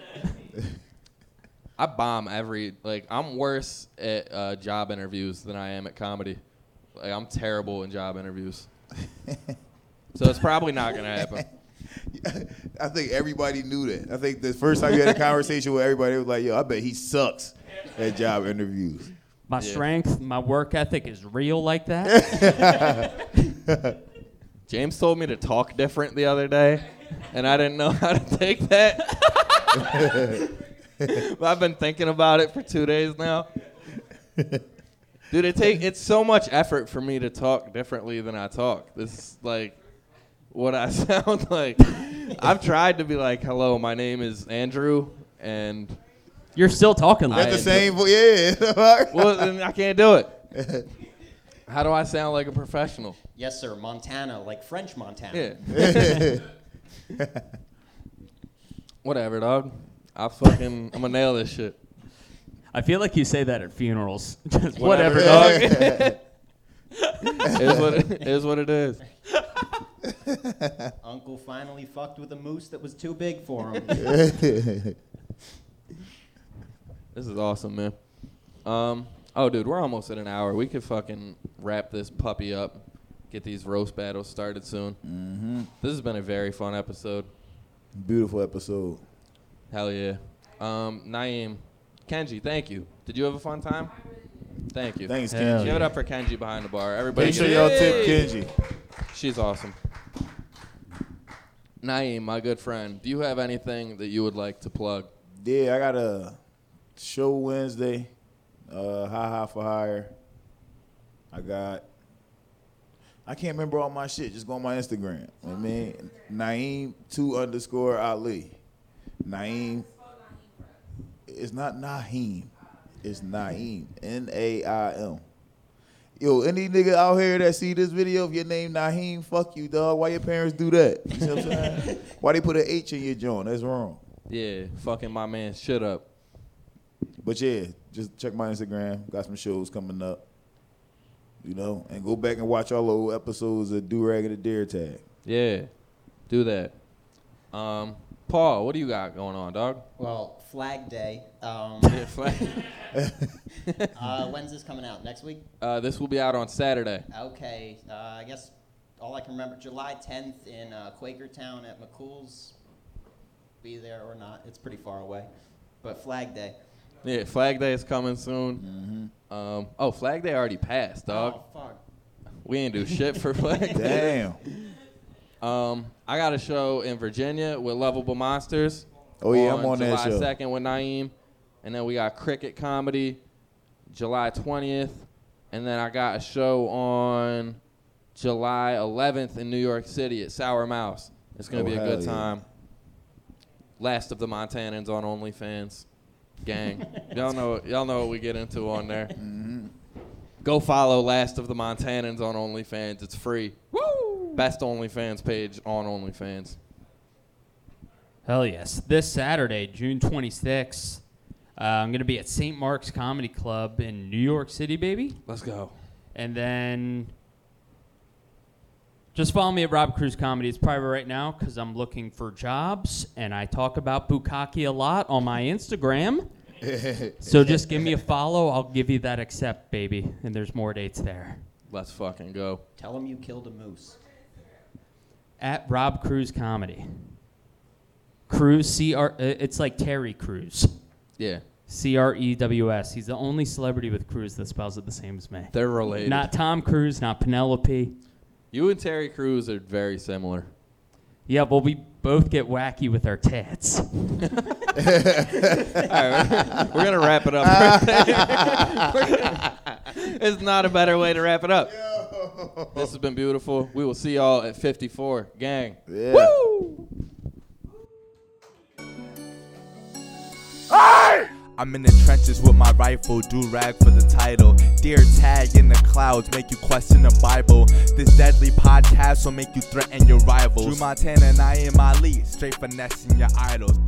S2: I bomb every like. I'm worse at uh, job interviews than I am at comedy. Like I'm terrible in job interviews. so it's probably not gonna happen.
S3: I think everybody knew that. I think the first time you had a conversation with everybody, it was like, yo, I bet he sucks at job interviews.
S4: My
S2: Yeah.
S4: strength, my work ethic is real like that.
S2: James told me to talk different the other day, and I didn't know how to take that. but I've been thinking about it for two days now. Dude, it take it's so much effort for me to talk differently than I talk. This is like what I sound like. I've tried to be like, "Hello, my name is Andrew," and
S4: You're still talking
S2: I
S4: like
S3: The
S2: am-
S4: that.
S3: same, vo- yeah.
S2: well, then I can't do it. How do I sound like a professional?
S5: yes, sir, Montana, like French Montana.
S2: Yeah. Whatever, dog. I fucking I'm gonna nail this shit.
S4: I feel like you say that at funerals. Just
S2: Whatever,
S4: whatever,
S2: dog.
S4: dog.
S2: It is what it it is. What it is.
S5: Uncle finally fucked with a moose that was too big for him.
S2: This is awesome, man. Um. Oh, dude, we're almost at an hour. We could fucking wrap this puppy up. Get these roast battles started soon. Mm-hmm. This has been a very fun episode.
S3: Beautiful episode.
S2: Hell yeah. Um, Naeem, Kenji, thank you. Did you have a fun time? Thank you.
S3: Thanks,
S4: Hell
S3: Kenji.
S2: Give it up for Kenji behind the bar. Everybody,
S3: Make
S2: give
S3: sure
S2: it
S3: y'all
S2: up.
S3: tip
S2: Yay!
S3: Kenji.
S2: She's awesome. Naeem, my good friend, do you have anything that you would like to plug?
S3: Yeah, I got a show Wednesday. Uh, ha ha for hire. I got. I can't remember all my shit. Just go on my Instagram. I mean, Naeem two underscore Ali. Naeem. It's not Naheem. It's Naeem. N A I M. Yo, any nigga out here that see this video, if your name Naheem, fuck you, dog. Why your parents do that? You see what I'm saying? Why they put an H in your joint? That's wrong.
S2: Yeah, fucking my man, shit up.
S3: But yeah, just check my Instagram. Got some shows coming up. You know, and go back and watch all the old episodes of Do Rag and the Dare Tag.
S2: Yeah, do that. Um, Paul, what do you got going on, dog?
S5: Well, Flag Day. Um, uh, when's this coming out? Next week?
S2: uh, this will be out on Saturday.
S5: Okay. Uh, I guess all I can remember, July 10th in uh, Quakertown at McCool's. be there or not. It's pretty far away. But Flag Day.
S2: Yeah, Flag Day is coming soon.
S3: Mm-hmm.
S2: Um, oh, Flag Day already passed, dog.
S5: Oh, fuck.
S2: We ain't do shit for Flag Day.
S3: Damn.
S2: Um, I got a show in Virginia with Lovable Monsters.
S3: Oh yeah, I'm on
S2: July
S3: that show.
S2: second with Naeem, and then we got Cricket Comedy, July twentieth, and then I got a show on July eleventh in New York City at Sour Mouse. It's gonna
S3: Oh,
S2: be a
S3: hell
S2: good
S3: yeah.
S2: time. Last of the Montanans on OnlyFans, gang. y'all know y'all know what we get into on there.
S3: Mm-hmm.
S2: Go follow Last of the Montanans on OnlyFans. It's free. Woo! Best OnlyFans page on OnlyFans.
S4: Hell yes. This Saturday, June 26th, uh, I'm going to be at St. Mark's Comedy Club in New York City, baby.
S2: Let's go.
S4: And then just follow me at Rob Cruz Comedy. It's private right now because I'm looking for jobs and I talk about Bukaki a lot on my Instagram. so just give me a follow. I'll give you that accept, baby. And there's more dates there.
S2: Let's fucking go.
S5: Tell him you killed a moose.
S4: At Rob Cruz Comedy. Cruz, C R, uh, it's like Terry Cruz.
S2: Yeah.
S4: C R E W S. He's the only celebrity with Cruz that spells it the same as me.
S2: They're related.
S4: Not Tom Cruise, not Penelope.
S2: you and Terry Crews are very similar.
S4: Yeah, well, we both get wacky with our tats.
S2: All right, we're gonna wrap it up. it's not a better way to wrap it up. This has been beautiful. We will see y'all at 54, gang.
S3: Yeah.
S1: I'm in the trenches with my rifle, do rag for the title. Dear tag in the clouds, make you question the Bible. This deadly podcast will make you threaten your rivals. Drew Montana and I am Ali, straight finessing your idols.